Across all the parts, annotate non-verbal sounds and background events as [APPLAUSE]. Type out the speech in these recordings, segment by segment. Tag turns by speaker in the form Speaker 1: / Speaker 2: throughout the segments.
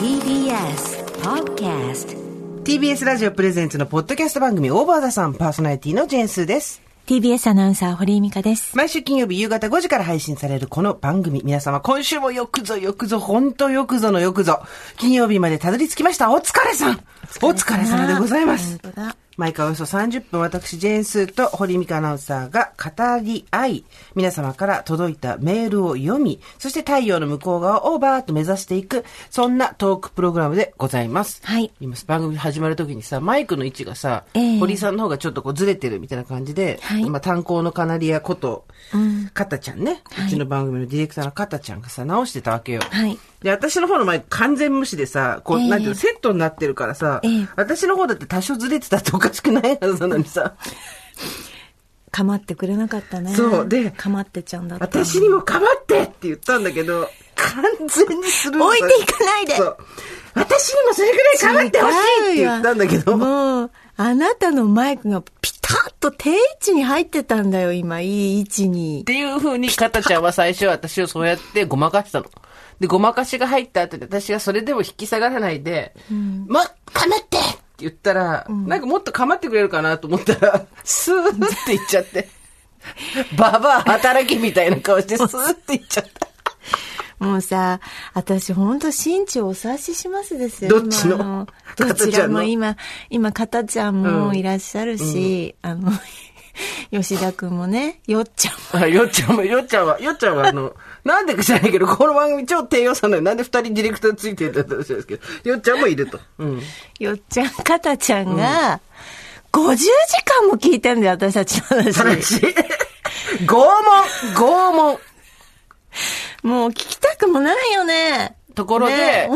Speaker 1: TBS Podcast
Speaker 2: TBS ラジオプレゼンツのポッドキャスト番組オーバーザさんパーソナリティのジェーンスーです。
Speaker 3: TBS アナウンサー、堀井美香です。
Speaker 2: 毎週金曜日夕方5時から配信されるこの番組、皆様今週もよくぞよくぞ、ほんとよくぞのよくぞ、金曜日までたどり着きました。お疲れさんお疲れ様でございます。
Speaker 3: 本当だ
Speaker 2: 毎回およそ30分、私、ジェーンスーと堀美香アナウンサーが語り合い、皆様から届いたメールを読み、そして太陽の向こう側をオーバーと目指していく、そんなトークプログラムでございます。
Speaker 3: はい
Speaker 2: 今、番組始まるときにさ、マイクの位置がさ、
Speaker 3: ええ
Speaker 2: 堀井さんの方がちょっとこうずれてるみたいな感じで、
Speaker 3: はい
Speaker 2: 今、炭鉱のカナリアこと、カタちゃんね、
Speaker 3: はいう
Speaker 2: ちの番組のディレクターのカタちゃんがさ、直してたわけよ。
Speaker 3: はい
Speaker 2: で、私の方のマイク完全無視でさ、こう、
Speaker 3: ええ
Speaker 2: なんていうの、セットになってるからさ、
Speaker 3: ええ
Speaker 2: 私の方だって多少ずれてたっておかしくないはずなのにさ、
Speaker 3: かまってくれなかったね。
Speaker 2: そうで
Speaker 3: かまってちゃんだった。
Speaker 2: 私にもかまってって言ったんだけど、完全にする
Speaker 3: 置いていかないで
Speaker 2: そう。私にもそれぐらいかまってほしいって言ったんだけ
Speaker 3: 違う
Speaker 2: ど、
Speaker 3: わもう、あなたのマイクがピタッと定位置に入ってたんだよ、今。いい位置
Speaker 2: っ
Speaker 3: に。
Speaker 2: ていう風に、かたちゃんは最初私をそうやってごまかしたの。で、ごまかしが入った後で私がそれでも引き下がらないで、もっかまってって言ったら、なんかもっとかまってくれるかなと思ったら、 [LAUGHS] スーって言っちゃって。 [LAUGHS] ババア働きみたいな顔してスーって言っちゃった。
Speaker 3: もうさ、私ほんと心中お察ししますですよ。
Speaker 2: どっちの
Speaker 3: 今あど
Speaker 2: かた
Speaker 3: ち
Speaker 2: ちゃ
Speaker 3: ら
Speaker 2: んの
Speaker 3: も今、今、かたちゃんも
Speaker 2: うん
Speaker 3: いらっしゃるし、あの、 [LAUGHS] 吉田くんもね、よっちゃんも
Speaker 2: あよっちゃんも、よっちゃんは、よっちゃんはあの、 [LAUGHS] なんでか知らないけど、この番組超低予算なのになんで二人ディレクターついてるんだって話なんですけど、よっちゃんもいると。うん。
Speaker 3: よっちゃん、かたちゃんが、50時間も聞いてんだよ、私たちの話。
Speaker 2: 話。 [LAUGHS] 拷問拷問
Speaker 3: もう聞きたくもないよね。
Speaker 2: ところで、
Speaker 3: ね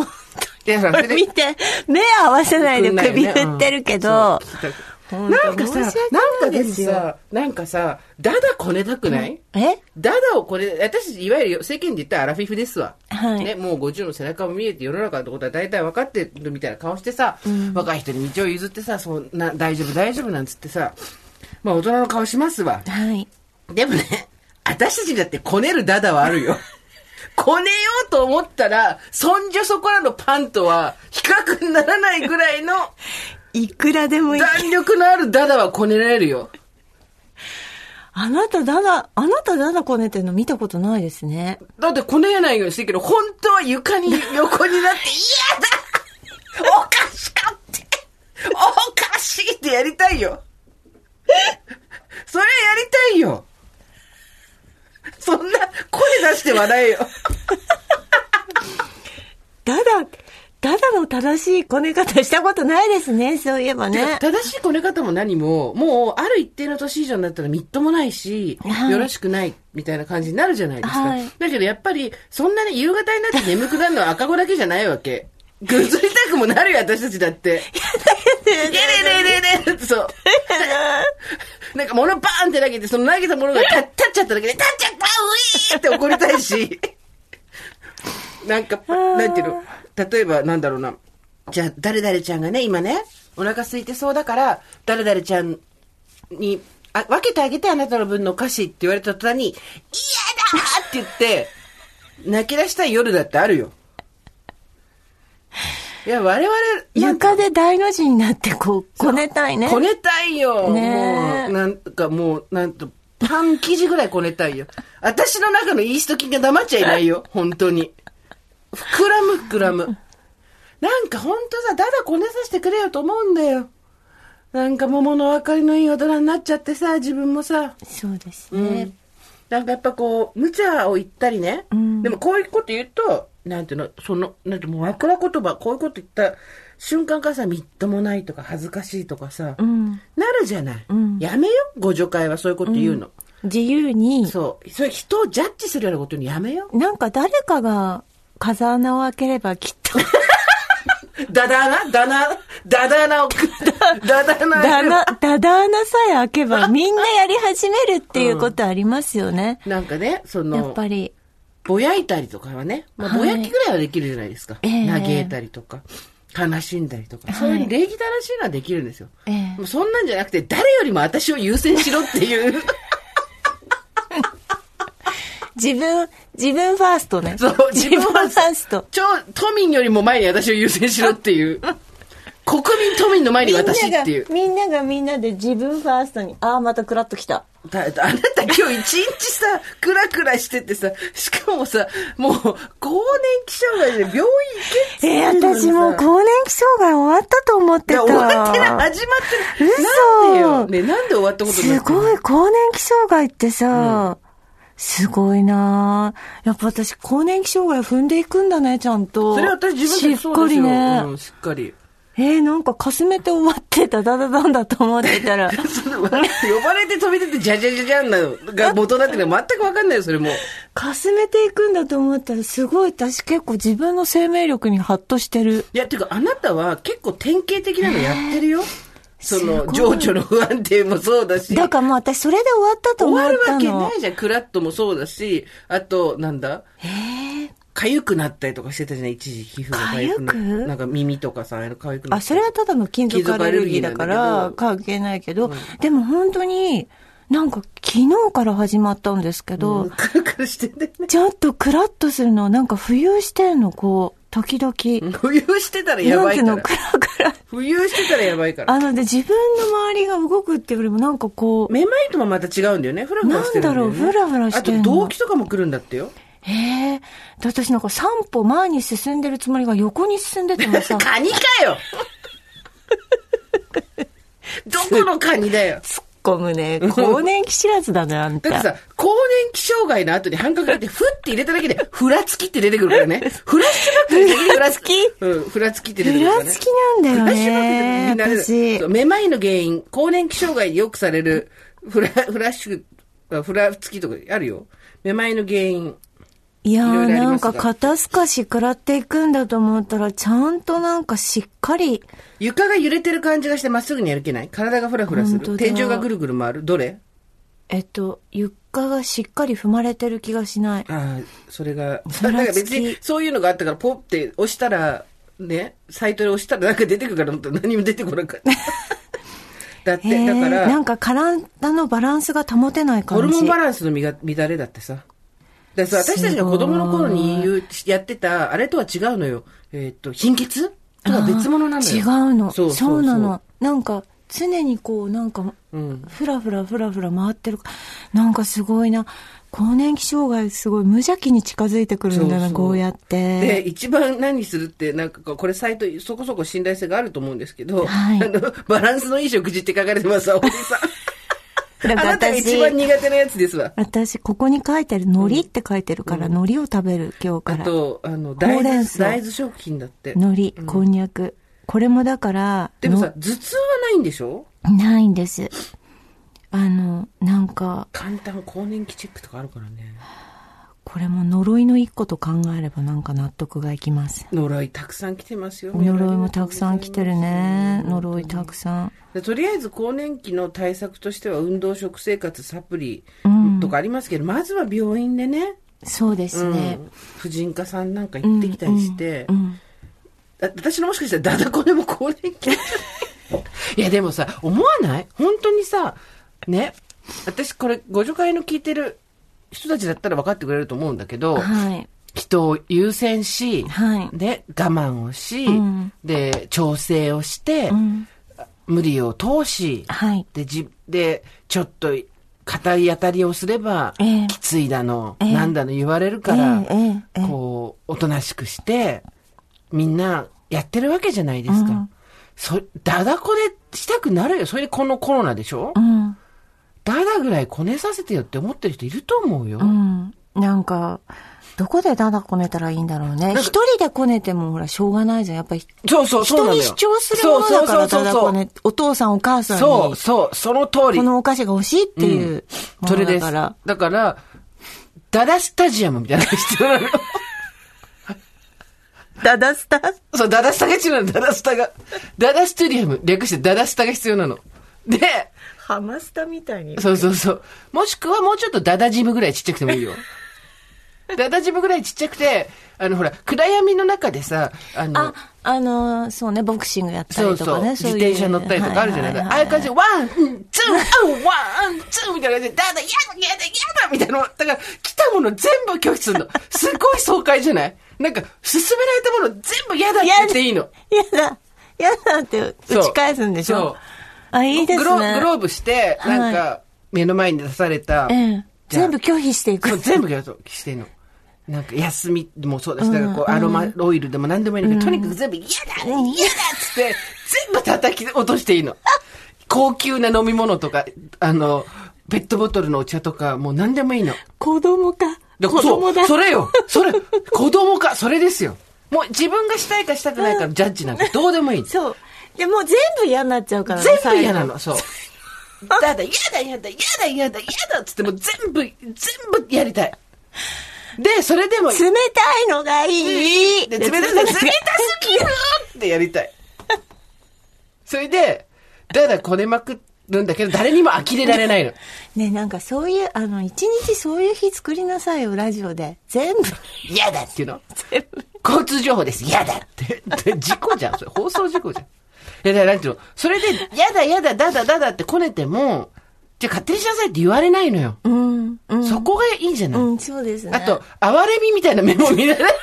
Speaker 2: いやそ
Speaker 3: こ
Speaker 2: れ
Speaker 3: れ
Speaker 2: で
Speaker 3: 見て、目合わせないで首振ってるけど、
Speaker 2: うん
Speaker 3: 本当
Speaker 2: なんかさ、
Speaker 3: 申し訳
Speaker 2: なんか
Speaker 3: ないで
Speaker 2: で
Speaker 3: す
Speaker 2: も
Speaker 3: よ
Speaker 2: さ、なんかさ、ダダこねたくない、
Speaker 3: え
Speaker 2: ダダをこれ、私、いわゆる世間で言ったらアラフィフですわ。
Speaker 3: はい
Speaker 2: ね、もう50の背中も見えて世の中のことは大体分かってるみたいな顔してさ、若い人に道を譲ってさ、そんな、大丈夫大丈夫なんつってさ、まあ大人の顔しますわ。
Speaker 3: はい。
Speaker 2: でもね、私たちだってこねるダダはあるよ。こねようと思ったら、そんじょそこらのパンとは比較にならないぐらいの
Speaker 3: いくらでもいい。
Speaker 2: 弾力のあるダダはこねられるよ。
Speaker 3: あなただだ、あなただだこねてんの見たことないですね。
Speaker 2: だってこねないようにしてるけど、本当は床に横になって、嫌だおかしかっておかしいってやりたいよそれやりたいよそんな声出して笑えよ
Speaker 3: だだ、だだの正しいこね方したことないですね、そういえばね。
Speaker 2: 正しいこね方も何も、もう、ある一定の年以上になったらみっともないし、
Speaker 3: はい
Speaker 2: よろしくない、みたいな感じになるじゃないですか。
Speaker 3: はい
Speaker 2: だけどやっぱり、そんなに夕方になって眠くなるのは赤子だけじゃないわけ。 [LAUGHS] ぐずりたくもなるよ、私たちだって。いやねえねえねえねえってそう。なんか物バーンって投げて、その投げたものがた立っちゃっただけで、立っちゃったウィーって怒りたいし。なんか、なんていうの例えばなんだろうな。じゃあ、誰々ちゃんがね、今ね、お腹空いてそうだから、誰々ちゃんに、あ、分けてあげてあなたの分のお菓子って言われた途端に、嫌だーって言って、泣き出したい夜だってあるよ。いや、我々、なんか
Speaker 3: 床で大の字になってこう、こねたいね。
Speaker 2: こねたいよ。
Speaker 3: ね
Speaker 2: もう、なんかもう、なんと、パン生地ぐらいこねたいよ。私の中のイースト菌が黙っちゃいな
Speaker 3: [LAUGHS]
Speaker 2: いよ。本当に。膨らむ膨らむ。なんか本当さ、だだこねさせてくれよと思うんだよ。なんか桃の分かりのいい大人になっちゃってさ、自分もさ。
Speaker 3: そうです
Speaker 2: う
Speaker 3: ね
Speaker 2: ん。なんかやっぱこう、無茶を言ったりね。
Speaker 3: うん
Speaker 2: でもこういうこと言うと、なんていうの、その、なんていうのもう枕言葉、こういうこと言った瞬間からさ、みっともないとか恥ずかしいとかさ、
Speaker 3: うん。
Speaker 2: なるじゃない。
Speaker 3: ん
Speaker 2: やめよ、ご助会はそういうこと言うの。
Speaker 3: 自由に、
Speaker 2: そう。それ人をジャッジするようなことにやめよ。
Speaker 3: なんか誰かが風穴を開ければきっ
Speaker 2: [LAUGHS]
Speaker 3: と、
Speaker 2: ダダ穴ダナ、ダダ穴を、 [LAUGHS] ダダ穴。
Speaker 3: だな、だだ穴さえ開け
Speaker 2: [LAUGHS]
Speaker 3: ばみんなやり始めるっていうことありますよね。
Speaker 2: なんかね、そ
Speaker 3: やっ
Speaker 2: の、
Speaker 3: ぱり。
Speaker 2: ぼやいたりとかはね、まあ、
Speaker 3: はい
Speaker 2: ぼやきぐらいはできるじゃないですか。
Speaker 3: ええ
Speaker 2: 嘆いたりとか、悲しんだりとか、
Speaker 3: はい
Speaker 2: そういう礼儀正しいのはできるんですよ。
Speaker 3: ええ
Speaker 2: もうそんなんじゃなくて、誰よりも私を優先しろっていう。
Speaker 3: 自分、自分ファーストね。
Speaker 2: そう、
Speaker 3: [LAUGHS] 自分ファースト。
Speaker 2: 超、都民よりも前に私を優先しろっ
Speaker 3: [LAUGHS]
Speaker 2: ていう。国民都民の前に私っていう。
Speaker 3: みんながみんなで自分ファーストに、ああ、またクラッときた。
Speaker 2: だだあなた今日一日さ、クラクラしててさ、しかもさ、もう、更年期障害で病院行けっつっ
Speaker 3: え
Speaker 2: て
Speaker 3: ー、
Speaker 2: んのにさ
Speaker 3: 私もう更年期障害終わったと思って
Speaker 2: いや、
Speaker 3: た。
Speaker 2: 終わってない、始まってる。なん
Speaker 3: 嘘
Speaker 2: でよ。ね、なんで終わったことにな
Speaker 3: す
Speaker 2: ってんの
Speaker 3: ごい、更年期障害ってさ、すごいなあやっぱ私、更年期障害踏んでいくんだね、ちゃんと。
Speaker 2: それ私自分で
Speaker 3: し
Speaker 2: そ
Speaker 3: っ
Speaker 2: う
Speaker 3: か
Speaker 2: です
Speaker 3: り
Speaker 2: よ。
Speaker 3: ね。
Speaker 2: うん、しっかり。 [LAUGHS]
Speaker 3: えー、なんかかすめて終わってた、ダダダンだと思って
Speaker 2: [LAUGHS]
Speaker 3: たら。
Speaker 2: その呼ばれて飛び出て、じゃじゃじゃじゃんなのが元だってのは全くわかんないよ、それも。
Speaker 3: かすめていくんだと思ったら、すごい、私結構自分の生命力にハッとしてる。
Speaker 2: いや、てか、あなたは結構典型的なのやってるよ。そ
Speaker 3: す
Speaker 2: の、
Speaker 3: ごい
Speaker 2: 情緒の不安定もそうだし。
Speaker 3: だからもう私、それで終わったと
Speaker 2: 終
Speaker 3: 思
Speaker 2: わ
Speaker 3: っ
Speaker 2: る
Speaker 3: た
Speaker 2: わ
Speaker 3: の。
Speaker 2: けないじゃん。クラッともそうだし、あと、なんだかゆくなったりとかしてたじゃん、一時皮膚が痒な
Speaker 3: 痒く
Speaker 2: なんか耳とかさ、あのかゆくな
Speaker 3: あ、
Speaker 2: ったり
Speaker 3: それはただの金属アレルギーだか
Speaker 2: 金
Speaker 3: ら
Speaker 2: 属
Speaker 3: 関係ないけど、でも本当に、なんか昨日から始まったんですけど、
Speaker 2: うんクルクルしてんだよね。
Speaker 3: ちょっとクラッとするの、なんか浮遊してんの、こう、時々。
Speaker 2: 浮遊してたらやばいか
Speaker 3: なん
Speaker 2: ら
Speaker 3: て。いうの、クラクラ。
Speaker 2: 浮遊してたらやばいから。
Speaker 3: あの、で、自分の周りが動くっていうよりも、なんかこう、
Speaker 2: めまいともまた違うんだよね。ふらふらしてるんだよ、ね。
Speaker 3: なんだろうふらふらしてんの
Speaker 2: あと、動悸とかも来るんだってよ。
Speaker 3: へえ、で私なんか三歩前に進んでるつもりが横に進んでても [LAUGHS] さ、
Speaker 2: カニかよどこのカニだよ
Speaker 3: 突っ込むね。更年期知らずだね、あん
Speaker 2: だって
Speaker 3: た。
Speaker 2: さ、更年期障害の後に半角入れて、ふって入れただけで、ふらつきって出てくるか
Speaker 3: [LAUGHS]
Speaker 2: らね。フラッシュバックに先にふらつきうん、ふらつきって出て
Speaker 3: ふ
Speaker 2: くるかららね。
Speaker 3: つきなんだよ
Speaker 2: フラッシュバックって
Speaker 3: ね
Speaker 2: みん、な出て
Speaker 3: 私
Speaker 2: くる。。めまいの原因、更年期障害によくされる、フラ、フラッシュ、あフラつきとかあるよ。めまいの原因。
Speaker 3: いや
Speaker 2: い
Speaker 3: ー
Speaker 2: ろいろあり
Speaker 3: な
Speaker 2: ま
Speaker 3: ん
Speaker 2: すが
Speaker 3: か肩透かし食らっていくんだと思ったら、ちゃんとなんかしっかり、
Speaker 2: 床が揺れてる感じがしてまっすぐに歩けない体がふらふらす
Speaker 3: 本当
Speaker 2: る。
Speaker 3: だ
Speaker 2: 天井がぐるぐる回る。どれ
Speaker 3: えっと、床がしっかり踏まれてる気がしない。
Speaker 2: ああ、それ
Speaker 3: [LAUGHS]
Speaker 2: が、
Speaker 3: ふ
Speaker 2: な
Speaker 3: らつき
Speaker 2: んか別にそういうのがあったから、ポッて押したら、ね、サイトで押したらなんか出てくるから思ったら何も出てこなか
Speaker 3: [LAUGHS]
Speaker 2: った。だ
Speaker 3: へ
Speaker 2: って、だか
Speaker 3: ーなん
Speaker 2: ら、
Speaker 3: か体のバランスが保てない
Speaker 2: ホル
Speaker 3: 感じ。
Speaker 2: モンバランスのみが乱れだってさ。だからさ私たちが子供の頃に言う、やってた、あれとは違うのよ。えーっと、貧血とは別物なのよ。
Speaker 3: 違うの。そう
Speaker 2: そう
Speaker 3: なの。。なんか、常にこう、なんか、
Speaker 2: うん。
Speaker 3: ふらふらふらふら回ってる。なんかすごいな。更年期障害すごい無邪気に近づいてくるんだ
Speaker 2: そう
Speaker 3: な、
Speaker 2: そう
Speaker 3: こうやっ
Speaker 2: で、
Speaker 3: て。
Speaker 2: 一番何するって、なんかこう、これサイト、そこそこ信頼性があると思うんですけど、
Speaker 3: はい
Speaker 2: あの、バランスのいい食事って書かれてます、青
Speaker 3: [LAUGHS]
Speaker 2: 森さん。
Speaker 3: だ
Speaker 2: あ
Speaker 3: から
Speaker 2: なたが一
Speaker 3: 私、
Speaker 2: 番苦手なやつですわ。
Speaker 3: 私、ここに書いてある、海苔って書いてるから、海苔を食べる、今日
Speaker 2: あ
Speaker 3: から。
Speaker 2: と、あの、
Speaker 3: ほ
Speaker 2: 大
Speaker 3: うれん
Speaker 2: 豆、
Speaker 3: 草
Speaker 2: 大豆食品だって。
Speaker 3: 海苔、こんにゃく。これもだから、
Speaker 2: でもさ、頭痛はないんでしょ
Speaker 3: のないんです。あの、なんか、
Speaker 2: 簡単、更年期チェックとかあるからね。
Speaker 3: これも呪いの一個と考えればなんか納得がいきます。
Speaker 2: 呪いたくさん来てますよ。
Speaker 3: 呪いもたくさん来てるね。呪いたくさん。
Speaker 2: でとりあえず更年期の対策としては運動食生活サプリ
Speaker 3: うん
Speaker 2: とかありますけど、まずは病院でね、
Speaker 3: そうですね
Speaker 2: う。ん婦人科さんなんか行ってきたりして、
Speaker 3: うんうん
Speaker 2: だ私のもしかしたらダダこでも更年期 [LAUGHS] いやでもさ思わない本当にさね私これご助会の聞いてる人たちだったら分かってくれると思うんだけど、
Speaker 3: はい。
Speaker 2: 人を優先し、
Speaker 3: はい
Speaker 2: ね、我慢をし、
Speaker 3: うん
Speaker 2: で調整をして、
Speaker 3: うん。
Speaker 2: 無理を通し、
Speaker 3: はい。
Speaker 2: でじでちょっと硬い当たりをすれば、
Speaker 3: ええ
Speaker 2: きついだの、
Speaker 3: ええ
Speaker 2: なんだの言われるから、
Speaker 3: ええええええ
Speaker 2: こうおとなしくしてみんなやってるわけじゃないですか、
Speaker 3: うん
Speaker 2: そだだこねしたくなるよそれでこのコロナでしょ、
Speaker 3: うん。
Speaker 2: だだぐらいこねさせてよって思ってる人いると思うよ、
Speaker 3: うん。なんか、どこでダダこねたらいいんだろうね。
Speaker 2: か
Speaker 3: 一人でこねてもほら、しょうがないじゃん。やっぱり、
Speaker 2: そうそうそう
Speaker 3: 人
Speaker 2: なの
Speaker 3: に
Speaker 2: よ
Speaker 3: 主張するものだから、ダ
Speaker 2: そうそうそうそう
Speaker 3: ダこね、お父さんお母さんに、
Speaker 2: そう
Speaker 3: こ
Speaker 2: そうその通り
Speaker 3: のお菓子が欲しいっていうも
Speaker 2: そ
Speaker 3: の
Speaker 2: れで
Speaker 3: だ
Speaker 2: す
Speaker 3: から。
Speaker 2: だからダダスタジアムみたいなのが必要なのよ [LAUGHS]
Speaker 3: ダダスタ
Speaker 2: そう、ダダスタが必要なの、ダダスタが。ダダスタリアム、略してダダスタが必要なの。で、
Speaker 3: ハマスタみたいに。 [LAUGHS]
Speaker 2: そうそうそう。もしくはもうちょっとダダジムぐらいちっちゃくてもいいよ。で私もぐらいちっちゃくて、あの、ほら、暗闇の中でさ、あの、
Speaker 3: あ、あのー、そうね、ボクシングやった
Speaker 2: そう
Speaker 3: りと
Speaker 2: そう
Speaker 3: かね、
Speaker 2: 自
Speaker 3: そういう
Speaker 2: 転車乗ったりとかあるじゃない
Speaker 3: は
Speaker 2: か。
Speaker 3: は
Speaker 2: ああいう感じで、ワン、ツー、ワン、ツーみたいな感じで、だだ、やだ、やだ、やだみたいなの。だから、来たもの全部拒否するの。すごい爽快じゃないなんか、進められたもの全部やだって言っていいの。
Speaker 3: やだ、やだって打ち返すんでし
Speaker 2: そう
Speaker 3: ょ。あ、いいですね。
Speaker 2: グログローブして、な
Speaker 3: は
Speaker 2: んか、目の前に出された、
Speaker 3: ええ
Speaker 2: じゃあ
Speaker 3: 全部拒否してい
Speaker 2: そ
Speaker 3: く
Speaker 2: う。全部やるとしてんの。なんか休みもそうだし、だからこう、アロマオイルでも何でもいいんだけど、とにかく全部嫌だ嫌だっつって、全部叩き落としていいの。高級な飲み物とか、あの、ペットボトルのお茶とか、もう何でもいいの。
Speaker 3: 子供か。
Speaker 2: で
Speaker 3: 子供だ。
Speaker 2: そうそれよ。それ、子供か、それですよ。もう自分がしたいかしたくないかのジャッジなんてどうでもいいの。
Speaker 3: そう。でもう全部嫌になっちゃうからね
Speaker 2: 全部
Speaker 3: 最
Speaker 2: 嫌な
Speaker 3: 後
Speaker 2: の、そう。だだ、嫌だ、嫌だ、嫌だ、嫌だ、嫌だっつって、もう全部、全部やりたい。で、それでも、
Speaker 3: 冷たいのがいい。
Speaker 2: で冷たす冷たすぎるってやりたい。それで、だだこねまくるんだけど、誰にも呆れられないの。
Speaker 3: ねなんかそういう、あの、一日そういう日作りなさいよ、ラジオで。全部。
Speaker 2: 嫌だっていうの。交通情報です。嫌だって。で事故じゃん。それ放送事故じゃん。いや、だからなんていうの。それで、嫌だ、嫌だ、だだ、だだってこねても、じゃあ勝手にしなさいって言われないのよ。
Speaker 3: うん。うん。
Speaker 2: そこがいいんじゃない、
Speaker 3: うん、そうですね。
Speaker 2: あと、、哀れみみたいな目も見られない。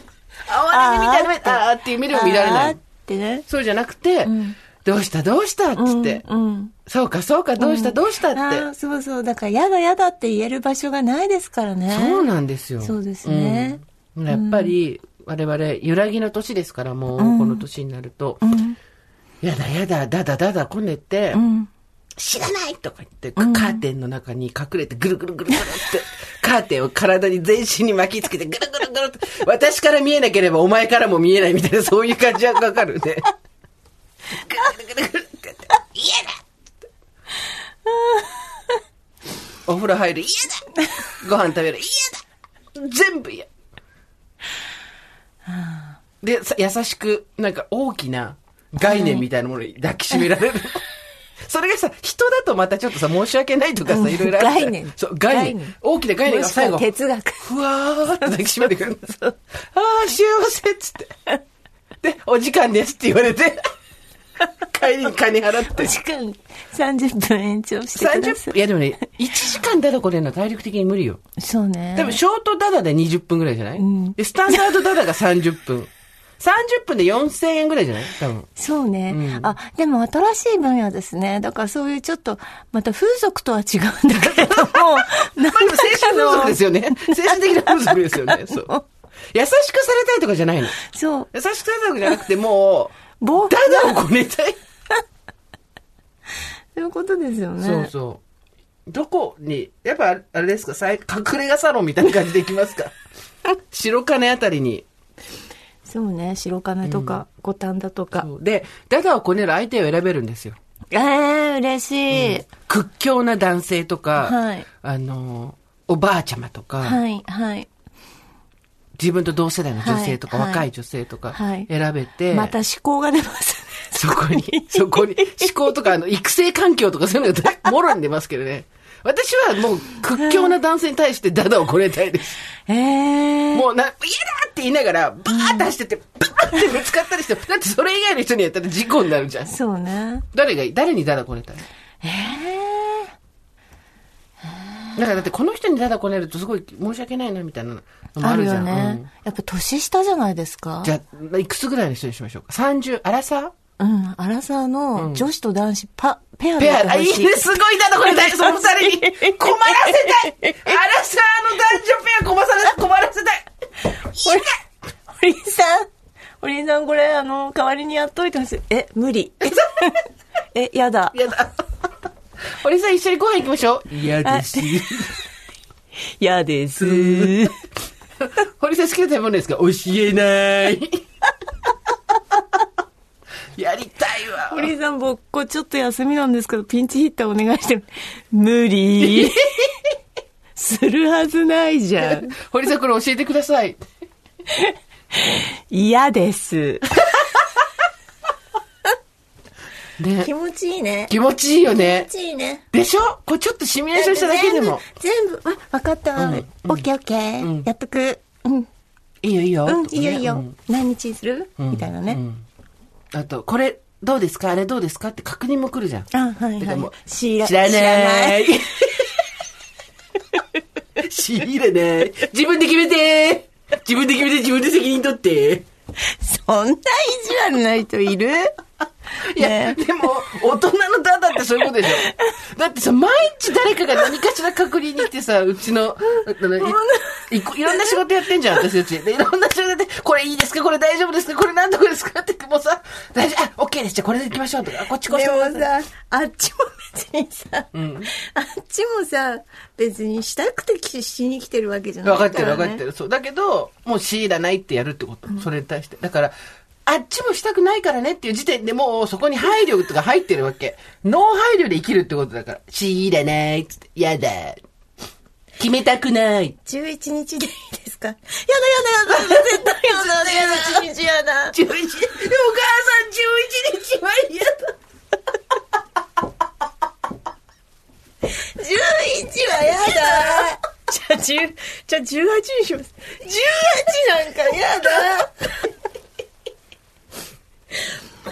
Speaker 2: [LAUGHS] 哀れみみたいな目、あーっていう目でも見られな
Speaker 3: あー
Speaker 2: い
Speaker 3: っ。てね。
Speaker 2: そうじゃなくて、どうしたどうしたっつって、
Speaker 3: うん。
Speaker 2: そうかそうかどうしたどうした
Speaker 3: あ
Speaker 2: っ
Speaker 3: ー
Speaker 2: て。
Speaker 3: そうそう。だから、やだやだって言える場所がないですからね。
Speaker 2: そうなんですよ。
Speaker 3: そうですね
Speaker 2: うん。やっぱり、我々、揺らぎの年ですから、もう、この年になると、やだやだ、だだだだこねて、
Speaker 3: ん
Speaker 2: 知らないとか言って、カーテンの中に隠れてぐるぐるぐるぐるって、カーテンを体に全身に巻きつけてぐるぐるぐるって、私から見えなければお前からも見えないみたいな、そういう感じはわかるね。ぐるぐるぐるぐるってやって、嫌だ [LAUGHS] お風呂入る、嫌だご飯食べる、嫌だ全部嫌。で、さ優しく、なんか大きな概念みたいなものに抱きしめられる。それがさ、人だとまたちょっとさ、申し訳ないとか
Speaker 3: う
Speaker 2: さ、
Speaker 3: ん
Speaker 2: いろいろあるじゃ
Speaker 3: 概
Speaker 2: ん
Speaker 3: 念
Speaker 2: そう、概念。
Speaker 3: 概念
Speaker 2: 大きな概念が最
Speaker 3: も
Speaker 2: 後。
Speaker 3: しくは哲
Speaker 2: [LAUGHS]
Speaker 3: 学
Speaker 2: ふわーって抱きしめてくる。ああー、幸せっつって。で、お時間ですって言われて、帰りに金払って。
Speaker 3: 時間30分延長してくださ
Speaker 2: 30
Speaker 3: い。
Speaker 2: 分。いやでもね、1時間だだこれるのは体力的に無理よ。
Speaker 3: そうね。
Speaker 2: 多分、ショートダダで20分ぐらいじゃない、
Speaker 3: ん
Speaker 2: で、スタンダードダダが30分。30分で4000円ぐらいじゃない多分。
Speaker 3: そうね、あ、でも新しい分野ですね。だからそういうちょっと、また風俗とは違うんだけれども、なん
Speaker 2: まあでも精神風俗
Speaker 3: か
Speaker 2: で
Speaker 3: の、
Speaker 2: すよね。精神的な風俗ですよね。 [LAUGHS] そう。優しくされたいとかじゃないの。
Speaker 3: そう、
Speaker 2: 優しくされたいとかじゃなくて、も
Speaker 3: 暴
Speaker 2: う、ダ
Speaker 3: 風
Speaker 2: ダをこねたい。
Speaker 3: ということですよね。
Speaker 2: そうそう。どこに、やっぱあれですか、さい隠れ家サロンみたいな感じで行きま
Speaker 3: [LAUGHS]
Speaker 2: すか白金あたりに。
Speaker 3: そうね、白金とか、五反田とか。
Speaker 2: そうで、ダダをこねる相手を選べるんですよ。
Speaker 3: ええ嬉しい、
Speaker 2: 屈強な男性とか、
Speaker 3: はい
Speaker 2: あの、おばあちゃまとか、
Speaker 3: はい、はい。
Speaker 2: 自分と同世代の女性とか、
Speaker 3: はい
Speaker 2: 若い女性とか、
Speaker 3: はい
Speaker 2: 選べて、
Speaker 3: また思考が出ますね。
Speaker 2: そこに、そこに、思考とか、あの、育成環境とかそういうのが [LAUGHS] もろに出ますけどね。私はもう屈強な男性に対してダダをこねたいです。
Speaker 3: [LAUGHS] ええ
Speaker 2: もうな、嫌だって言いながら、バーって走ってって、バーってぶつかったりして、だってそれ以外の人にやったら事故になるじゃん。
Speaker 3: そうね。
Speaker 2: 誰がいい、誰にダダこねたい
Speaker 3: ええ
Speaker 2: だからだってこの人にダダこねるとすごい申し訳ないなみたいなのも
Speaker 3: あ
Speaker 2: あ
Speaker 3: る
Speaker 2: るじゃ
Speaker 3: よ
Speaker 2: ん。
Speaker 3: ね、
Speaker 2: うん
Speaker 3: やっぱ年下じゃないですか
Speaker 2: じゃあ、いくつぐらいの人にしましょうか ?30、アラサ
Speaker 3: うん、アラサーの女子と男子、パ、ペア
Speaker 2: ー
Speaker 3: で
Speaker 2: ペ
Speaker 3: やっ
Speaker 2: ア、
Speaker 3: て
Speaker 2: あ、い
Speaker 3: ほ
Speaker 2: い
Speaker 3: し
Speaker 2: ね、
Speaker 3: い。
Speaker 2: すごいダダこねたい、その二人に。困らせたいアラサーの男女ペア、困らせたい、困らせたい。
Speaker 3: 堀井さん、堀井さんこれ、あの、代わりにやっといてほしい。え、無 [LAUGHS] 理。え、やだ。
Speaker 2: や [LAUGHS] だ。堀さん一緒にご飯行きましょう。嫌です。
Speaker 3: やです。え
Speaker 2: 堀さん好きな食べ物ですか教えない。
Speaker 3: [LAUGHS]
Speaker 2: やりたいわ。
Speaker 3: 堀井さん、僕、こうちょっと休みなんですけど、ピンチヒッターお願いして。無理。するはずないじゃん。
Speaker 2: 堀さんこれ教えてください。
Speaker 3: 嫌です。
Speaker 2: ね
Speaker 3: 気持ちいいね。
Speaker 2: 気持ちいいよ
Speaker 3: 気
Speaker 2: ね
Speaker 3: 持。ちいいね。
Speaker 2: でしょこれちょっとシミュレーションしただけでも。
Speaker 3: 全部、全部あ、わかった。
Speaker 2: う
Speaker 3: オ
Speaker 2: ん
Speaker 3: ッケーオッケー。
Speaker 2: うん
Speaker 3: やっとく。うん。
Speaker 2: いいよいいよ。
Speaker 3: うん、いいよいいよ。
Speaker 2: うん
Speaker 3: 何日にする、みたいなね。
Speaker 2: うんあと、これどうですかあれどうですかって確認も来るじゃん。
Speaker 3: あ、はい
Speaker 2: て
Speaker 3: は
Speaker 2: かもう
Speaker 3: い。知ら
Speaker 2: 知らな [LAUGHS]
Speaker 3: ない。
Speaker 2: い。仕入れない。自分で決めて自分で決めて自分で責任取って
Speaker 3: そんな意地悪な人いる
Speaker 2: いや、
Speaker 3: ね
Speaker 2: でも、大人のダダってそういうことでしょ。だってさ、毎日誰かが何かしら確認に来てさ、うちの、あのいいこいろんな仕事やってんじゃん、私たち。で、いろんな仕事やって、これいいですかこれ大丈夫ですかこれ何とかですかって、もうさ、大丈夫、あ、OK です。じゃあこれで行きましょうとか、あこっちこっち。
Speaker 3: でもさ、あっちも別にさ、
Speaker 2: ん
Speaker 3: あっちもさ、別にしたくてししに来てるわけじゃない
Speaker 2: 分かってる
Speaker 3: ら
Speaker 2: 分
Speaker 3: ね
Speaker 2: かってる。そう。だけど、もう強いらないってやるってこと。それに対して。だから、あっちもしたくないからねっていう時点でもうそこに配慮とか入ってるわけ。ノー配慮で生きるってことだから。強いらないっつって、やだ。決めたくない。
Speaker 3: 11日でいいですかやだやだやだ絶対
Speaker 2: [LAUGHS]
Speaker 3: やだ11日やだ
Speaker 2: 11日、お母さん11日は嫌だ。
Speaker 3: 11はやだじゃあ10じゃあ18にします18なんかやだ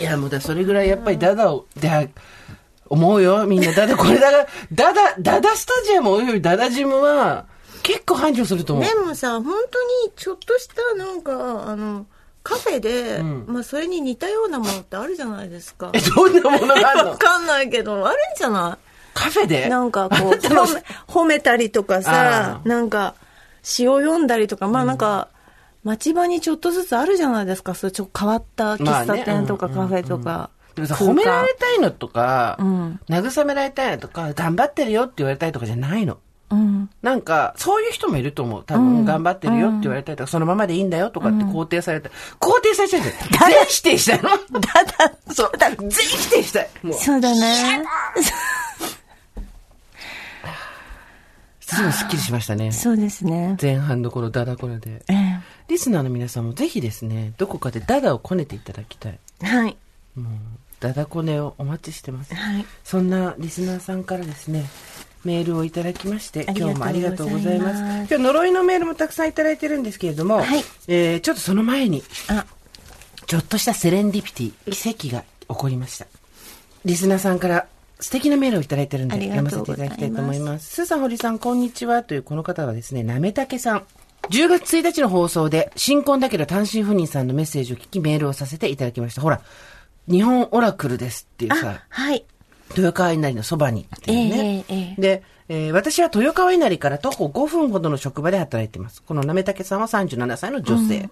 Speaker 2: いや、もうだ、それぐらいやっぱりダダを、で、思うよ、みんな。ダダ、これだが、ダダ、ダダスタジアムおよびダダジムは、結構繁盛すると思う。
Speaker 3: でもさ本当にちょっとしたなんかあのカフェで、
Speaker 2: うん
Speaker 3: まあそれに似たようなものってあるじゃないですか
Speaker 2: え、どんなものがある
Speaker 3: わ
Speaker 2: の
Speaker 3: かんないけどあるんじゃな
Speaker 2: カフェで
Speaker 3: いなんかこう
Speaker 2: [LAUGHS] あなたの
Speaker 3: 褒め褒めたりとかさ
Speaker 2: あー
Speaker 3: なんか詩を読んだりとかまあなんか、町場にちょっとずつあるじゃないですかそういうちょっと変わった喫茶店とか
Speaker 2: まあ
Speaker 3: カ
Speaker 2: ね
Speaker 3: フェとか、
Speaker 2: でもさ、
Speaker 3: 空間
Speaker 2: 褒められたいのとか、
Speaker 3: うん
Speaker 2: 慰められたいのとか、頑張ってるよって言われたいとかじゃないの。 [LAUGHS]
Speaker 3: うん
Speaker 2: なんか、そういう人もいると思う。多
Speaker 3: う
Speaker 2: 分、
Speaker 3: ん
Speaker 2: 頑張ってるよって言われたりとか、そのままでいいんだよとかって肯定された。肯定さ
Speaker 3: [LAUGHS]
Speaker 2: れちゃうんだよ。全否定したいの
Speaker 3: ただ
Speaker 2: そう。全否定したい。もう。
Speaker 3: そうだね
Speaker 2: すぐスッキリしましたね。
Speaker 3: そうですね
Speaker 2: 前半のこのダダコネで。
Speaker 3: ええ
Speaker 2: リスナーの皆さんもぜひですね、どこかでダダをこねていただきたい。
Speaker 3: はい
Speaker 2: もう、ダダコネをお待ちしてます。
Speaker 3: はい
Speaker 2: そんなリスナーさんからですね、メールをいただきまして、
Speaker 3: ありがとう
Speaker 2: 今日もありがとうございます。
Speaker 3: ございます
Speaker 2: 今日呪いのメールもたくさんいただいてるんですけれども、
Speaker 3: はい
Speaker 2: えーちょっとその前に、
Speaker 3: あ
Speaker 2: ちょっとしたセレンディピティ、奇跡が起こりました。リスナーさんから素敵なメールをいただいてるんで、
Speaker 3: ありが
Speaker 2: 読
Speaker 3: とうご
Speaker 2: ま
Speaker 3: ざ
Speaker 2: せ
Speaker 3: い
Speaker 2: て
Speaker 3: ます
Speaker 2: いただきたいと思います。スーさん、堀さん、こんにちは。というこの方はですね、なめたけさん。10月1日の放送で、新婚だけど単身赴任さんのメッセージを聞き、メールをさせていただきました。ほら、日本オラクルですっていうさ
Speaker 3: あ、はい
Speaker 2: 豊川稲荷のそばにっていうね。
Speaker 3: ええええ
Speaker 2: で、えー私は豊川稲荷から徒歩5分ほどの職場で働いてます。このなめたけさんは37歳の女性。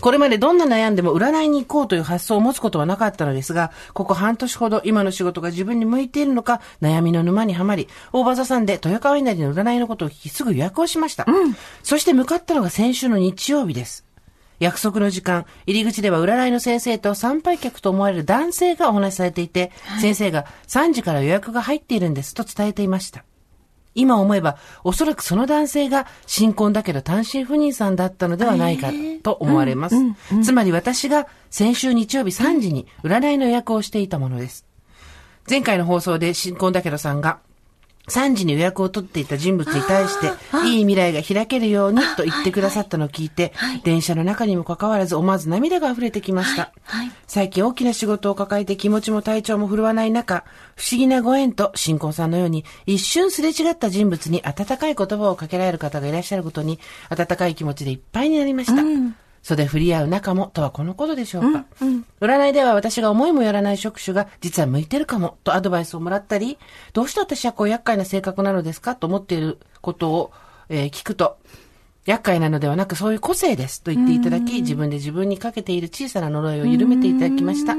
Speaker 2: これまでどんな悩んでも占いに行こうという発想を持つことはなかったのですが、ここ半年ほど今の仕事が自分に向いているのか、悩みの沼にはまり、大場座さんで豊川稲荷の占いのことを聞きすぐ予約をしました。そして向かったのが先週の日曜日です。約束の時間、入り口では占いの先生と参拝客と思われる男性がお話しされていて、先生が3時から予約が入っているんですと伝えていました。今思えば、おそらくその男性が新婚だけど単身赴任さんだったのではないかと思われます。つまり私が先週日曜日3時に占いの予約をしていたものです。前回の放送で新婚だけどさんが、3時に予約を取っていた人物に対して、いい未来が開けるようにと言ってくださったのを聞いて、電車の中にもかかわらず思わず涙が溢れてきました。
Speaker 3: はい
Speaker 2: 最近大きな仕事を抱えて気持ちも体調も振るわない中、不思議なご縁と新婚さんのように一瞬すれ違った人物に温かい言葉をかけられる方がいらっしゃることに温かい気持ちでいっぱいになりました。袖振り合う仲もとはこのことでしょうか、占いでは私が思いもよらない職種が実は向いてるかもとアドバイスをもらったり、どうして私はこう厄介な性格なのですかと思っていることを、えー聞くと、厄介なのではなくそういう個性ですと言っていただき、自分で自分にかけている小さな呪いを緩めていただきました。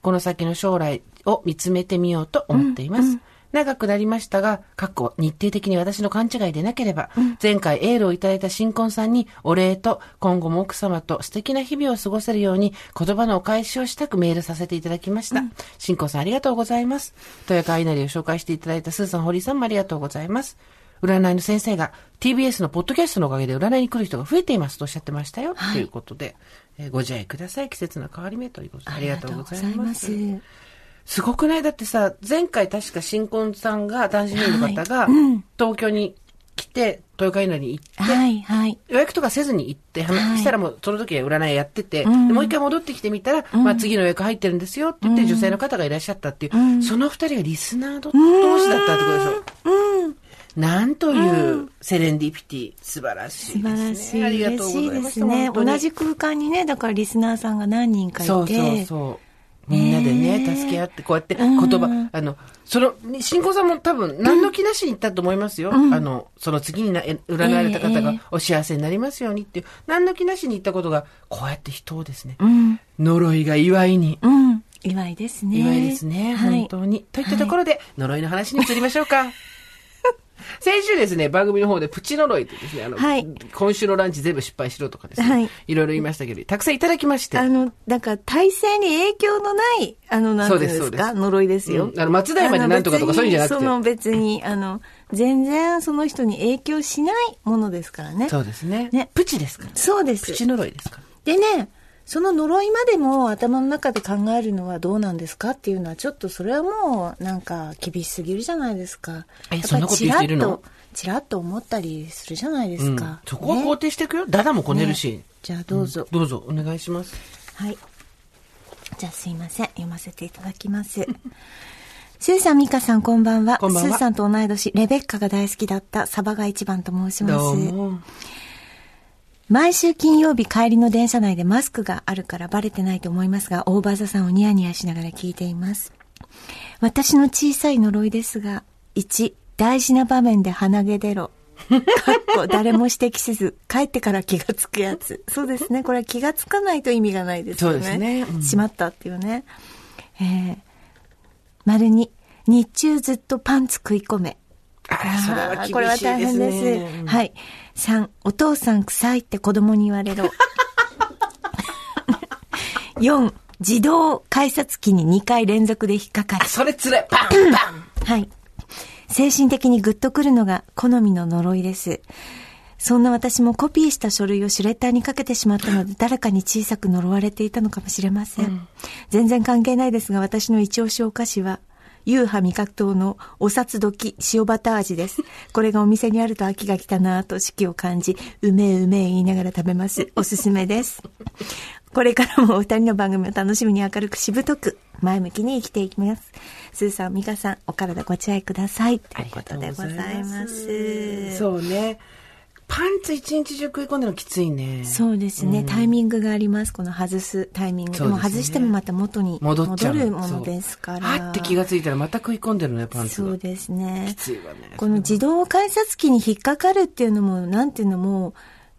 Speaker 2: この先の将来を見つめてみようと思っています。長くなりましたが、過去日程的に私の勘違いでなければ、前回エールをいただいた新婚さんにお礼と今後も奥様と素敵な日々を過ごせるように言葉のお返しをしたくメールさせていただきました。新婚さんありがとうございます。豊川稲荷を紹介していただいたスーさん、堀さんもありがとうございます。占いの先生が TBS のポッドキャストのおかげで占いに来る人が増えていますとおっしゃってましたよ、ということで、えーご自愛ください季節の変わり目ということでありがとうござ
Speaker 3: あり
Speaker 2: います
Speaker 3: がとうございます
Speaker 2: すごくないだってさ、前回確か新婚さんが、男子人の方が、東京に来て、豊川稲荷に行って、
Speaker 3: はい、はい。
Speaker 2: 予約とかせずに行って、話
Speaker 3: はい
Speaker 2: したらもうその時は占いやってて、
Speaker 3: ん
Speaker 2: でもう一回戻ってきてみたら、まあ次の予約入ってるんですよって言って女性の方がいらっしゃったっていう、その二人がリスナー同士だったってことでしょ。なんというセレンディピティ、素晴らし
Speaker 3: 素
Speaker 2: いですね。
Speaker 3: 晴らしい。
Speaker 2: ありが
Speaker 3: 嬉
Speaker 2: とうご
Speaker 3: しい
Speaker 2: ざい
Speaker 3: で
Speaker 2: ます
Speaker 3: すね。
Speaker 2: 本当に
Speaker 3: 同じ空間にね、だからリスナーさんが何人かいて。
Speaker 2: そうそうそう。みんなでね、
Speaker 3: ねえ
Speaker 2: 助け合って、こうやって言葉、あの、その、新婚さんも多分、何の気なしに行ったと思いますよ。あの、その次にな、え占われた方
Speaker 3: ええ
Speaker 2: がお幸せになりますようにっていう、何の気なしに行ったことが、こうやって人をですね、
Speaker 3: うん。
Speaker 2: 呪いが祝いに、
Speaker 3: うん。祝いですね。
Speaker 2: 祝いですね、
Speaker 3: はい
Speaker 2: 本当に。といったところで、呪いの話に移りましょ
Speaker 3: [LAUGHS]
Speaker 2: うか。先週ですね、番組の方でプチ呪いというですね、あの、
Speaker 3: はい
Speaker 2: 今週のランチ全部失敗しろとかですね、
Speaker 3: はいい、
Speaker 2: ろいろ言いましたけど、たくさんいただきまして。
Speaker 3: あの、なんか、体制に影響のない、あの、なんていうんで
Speaker 2: そう
Speaker 3: す
Speaker 2: ですそう
Speaker 3: か、
Speaker 2: です
Speaker 3: 呪いですよ。
Speaker 2: うんあの松平までなんとかとか
Speaker 3: あの
Speaker 2: そういうんじゃなくて
Speaker 3: 別にその別に、あの、全然その人に影響しないものですからね。
Speaker 2: そうですね。
Speaker 3: ね
Speaker 2: プチですから。
Speaker 3: そうで
Speaker 2: プ
Speaker 3: す。
Speaker 2: チ呪いですから。
Speaker 3: でね、その呪いまでも頭の中で考えるのはどうなんですかっていうのはちょっとそれはもうなんか厳しすぎるじゃないですか。
Speaker 2: え
Speaker 3: やっぱ
Speaker 2: そんなこと言う人いるの
Speaker 3: ちらっと、ちらっと思ったりするじゃないですか。
Speaker 2: そこは肯定していくよ。ダダもこねるし。
Speaker 3: ねじゃあどうぞ。
Speaker 2: どうぞ、お願いします。
Speaker 3: はい。じゃあすいません。読ませていただきます。 [LAUGHS] スーさん、ミカさん、こんばんは。
Speaker 2: こんばんは
Speaker 3: スーさんと同い年、レベッカが大好きだったサバが一番と申します。
Speaker 2: どうも。
Speaker 3: 毎週金曜日帰りの電車内でマスクがあるからバレてないと思いますが、大場座さんをニヤニヤしながら聞いています。私の小さい呪いですが、1、大事な場面で鼻毛出ろ。かっこ誰も指摘せず、帰ってから気がつくやつ。そうですね。これは気がつかないと意味がないですよね。
Speaker 2: そうですねうん
Speaker 3: しまったっていうね。えー、丸に、日中ずっとパンツ食い込め。
Speaker 2: あーそれは厳しいですね。
Speaker 3: これは大変です。はい。3、お父さん臭いって子供に言われろ。4、自動改札機に2回連続で引っかかる。
Speaker 2: それつらい。パンパン
Speaker 3: はい。精神的にグッとくるのが好みの呪いです。そんな私もコピーした書類をシュレッダーにかけてしまったので、誰かに小さく呪われていたのかもしれません。全然関係ないですが、私の一押しお菓子は、夕波味覚糖のお札時塩バター味です。これがお店にあると秋が来たなぁと四季を感じ、うめえうめえ言いながら食べます。おすすめです。これからもお二人の番組を楽しみに明るくしぶとく前向きに生きていきます。スーさん、ミカさん、お体ご自愛ください。ということでございます。そう
Speaker 2: そうね。パンツ一日中食い込んでるのきついね。
Speaker 3: ですね、タイミングがあります。この外すタイミング。
Speaker 2: そう
Speaker 3: でも
Speaker 2: ですね
Speaker 3: 外してもまた元に戻
Speaker 2: 戻っちゃう。
Speaker 3: るものですから。
Speaker 2: そうあって気がついたらまた食い込んでるね、パンツ
Speaker 3: そ
Speaker 2: が
Speaker 3: う。ですね。
Speaker 2: きついわね。
Speaker 3: この自動改札機に引っかかるっていうのも、なんていうのも、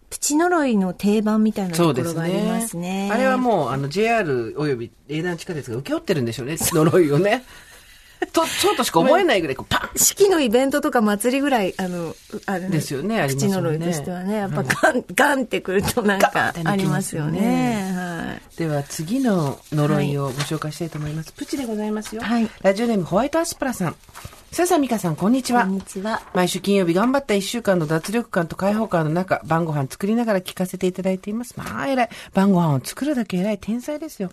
Speaker 3: プチ呪いの定番みたいな
Speaker 2: そ
Speaker 3: とこ
Speaker 2: うで
Speaker 3: ろ
Speaker 2: す
Speaker 3: があり
Speaker 2: ね。
Speaker 3: ますね。
Speaker 2: あれはもう、あの、JR および営団地下鉄が請け負ってるんでしょうね、 [LAUGHS] 呪いをね。と、そうとしか思えないぐらい、こう、パン
Speaker 3: 四季のイベントとか祭りぐらい、あの、うあれ
Speaker 2: ですよねあります
Speaker 3: 口
Speaker 2: よ
Speaker 3: 呪
Speaker 2: ね
Speaker 3: いとしてはね、やっぱガン、ガンってくるとなん
Speaker 2: ガンっ
Speaker 3: か
Speaker 2: てね
Speaker 3: ありますよ
Speaker 2: き
Speaker 3: ね。はい。
Speaker 2: では次の呪いをご紹介したいと思います。プチでございますよ。
Speaker 3: はい
Speaker 2: ラジオネームホワイトアスプラさん。ささみかさん、こんにちは。
Speaker 3: こんにちは
Speaker 2: 毎週金曜日頑張った1週間の脱力感と解放感の中、晩ご飯作りながら聞かせていただいています。まあ、偉い。晩ご飯を作るだけ偉い天才ですよ。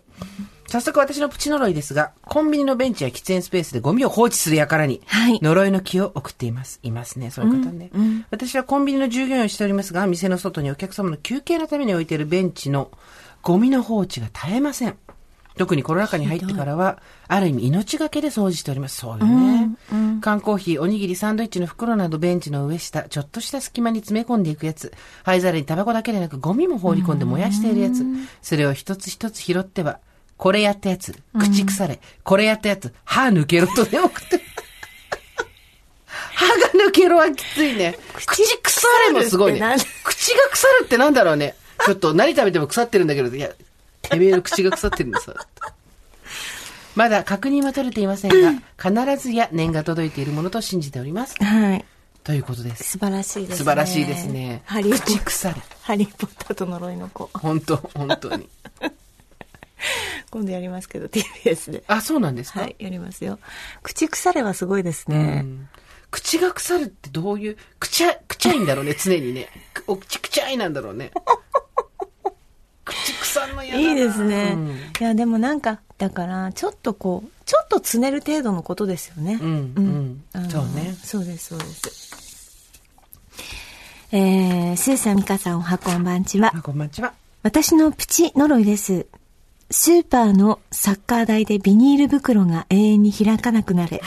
Speaker 2: 早速私のプチ呪いですが、コンビニのベンチや喫煙スペースでゴミを放置する輩に、
Speaker 3: はい
Speaker 2: 呪いの気を送っています。いますね、そういう方ね。私はコンビニの従業員をしておりますが、店の外にお客様の休憩のために置いているベンチのゴミの放置が絶えません。特にコロナ禍に入ってからは、ある意味命がけで掃除しております。そうよね。缶コーヒー、おにぎり、サンドイッチの袋などベンチの上下、ちょっとした隙間に詰め込んでいくやつ。灰皿にタバコだけでなくゴミも放り込んで燃やしているやつ。それを一つ一つ拾っては、これやったやつ、口腐れ、これやったやつ、歯抜けろとでも食って。歯が抜けろはきついね。口腐れもすごいね
Speaker 3: 腐るって。
Speaker 2: 口が腐るってなんだろうね。ちょっと何食べても腐ってるんだけど、いや、てめえの口が腐ってるんですよ。まだ確認は取れていませんが、必ずや念が届いているものと信じております。
Speaker 3: はい。
Speaker 2: ということです。
Speaker 3: 素晴らしいですね。
Speaker 2: 素晴らしいですね。
Speaker 3: ハリーポ
Speaker 2: 口
Speaker 3: ッター。
Speaker 2: 腐れ。
Speaker 3: ハリーポッターと呪いの子。
Speaker 2: 本当本当に。
Speaker 3: 今度やりますけど、TBS で。
Speaker 2: あ、そうなんですか、
Speaker 3: はい、やりますよ。口腐れはすごいですね。
Speaker 2: 口が腐るってどういう、くちゃ、くちゃいんだろうね、常にね。くお口くちゃいなんだろうね。口腐んのやだない
Speaker 3: いですね。
Speaker 2: うん
Speaker 3: いや、でもなんか、だから、ちょっとこう、ちょっとつねる程度のことですよね。
Speaker 2: うんうん
Speaker 3: あの
Speaker 2: そうね
Speaker 3: そうです、そうです。えー、スーさん、ミカさん、おはこんばんちは。
Speaker 2: あ、こんばんちは。
Speaker 3: 私のプチ呪いです。スーパーのサッカー台でビニール袋が永遠に開かなくな [LAUGHS] れ。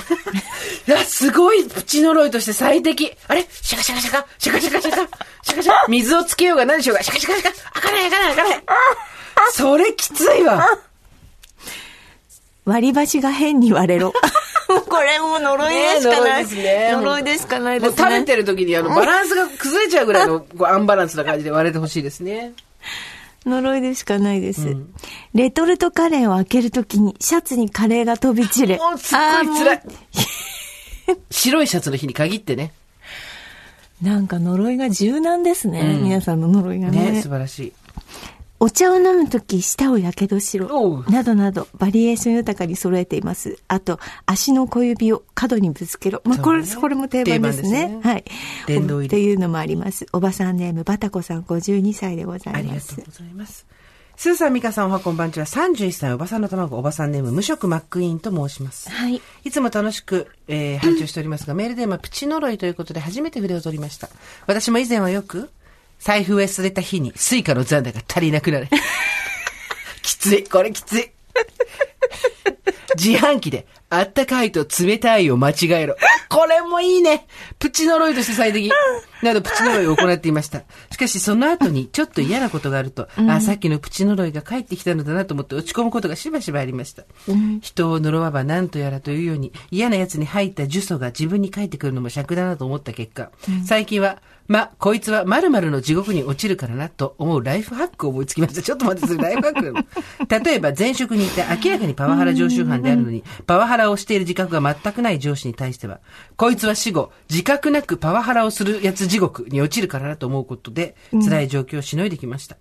Speaker 2: いや、すごいプチ呪いとして最適。あれシャカシャカシャカ、シャカシャカシャカ、シャカシャカ。水をつけようが何しようが、シャカシャカシャカ、開かない開かない開かない。それきついわ。
Speaker 3: 割り箸が変に割れろ。これ [LAUGHS] もう呪いでしかない。
Speaker 2: ね呪いですね
Speaker 3: 呪いでしかない
Speaker 2: も
Speaker 3: で
Speaker 2: う
Speaker 3: すね。
Speaker 2: 食べてる時にあの、バランスが崩れちゃうぐらいの、こう、アンバランスな感じで割れてほしいですね。
Speaker 3: 呪いでしかないです。レトルトカレーを開けるときにシャツにカレーが飛び散れ。
Speaker 2: もう、すっごい [LAUGHS] 辛
Speaker 3: あ
Speaker 2: い。白いシャツの日に限ってね。
Speaker 3: ー。なんか呪いが柔軟ですね。
Speaker 2: うん
Speaker 3: 皆さんの呪いがね。
Speaker 2: ね、素晴らしい。
Speaker 3: お茶を飲むとき舌をやけどし
Speaker 2: お
Speaker 3: ろ
Speaker 2: う。
Speaker 3: などなどバリエーション豊かに揃えています。あと、足の小指を角にぶつけろ。まあ、これ、
Speaker 2: そうね
Speaker 3: これも定番ですね。
Speaker 2: 定番ですね
Speaker 3: はい。
Speaker 2: 殿堂入り
Speaker 3: というのもあります。おばさんネーム、バタコさん52歳でござ
Speaker 2: あ
Speaker 3: い
Speaker 2: り
Speaker 3: ま
Speaker 2: が
Speaker 3: す
Speaker 2: とう。ございます。スーさん、ミカさん、おはこんばんちは。31歳、おばさんの卵、おばさんネーム、無職マックイーンと申します。
Speaker 3: はい。
Speaker 2: いつも楽しく、えー、拝聴しておりますが、メールでーマプチ呪いということで初めて筆を取りました。私も以前はよく、財布を捨てた日にスイカの残高が足りな
Speaker 3: [LAUGHS]
Speaker 2: くなる。きつい、これきつい。自販機で、あったかいと冷たいを間違えろ。これもいいね。プチ呪いとして最適。など、プチ呪いを行っていました。しかし、その後に、ちょっと嫌なことがあると、あ、さっきのプチ呪いが帰ってきたのだなと思って落ち込むことがしばしばありました。人を呪わば何とやらというように、嫌な奴に入った呪詛が自分に返ってくるのも尺だなと思った結果、最近は、ま、こいつは〇〇の地獄に落ちるからなと思うライフハックを思いつきました。ちょっと待って、それライフハックなの例えば前職にいて明らかにパワハラ常習犯であるのに、パワハラをしている自覚が全くない上司に対しては、こいつは死後、自覚なくパワハラをするやつ地獄に落ちるからなと思うことで、辛い状況をしのいできました。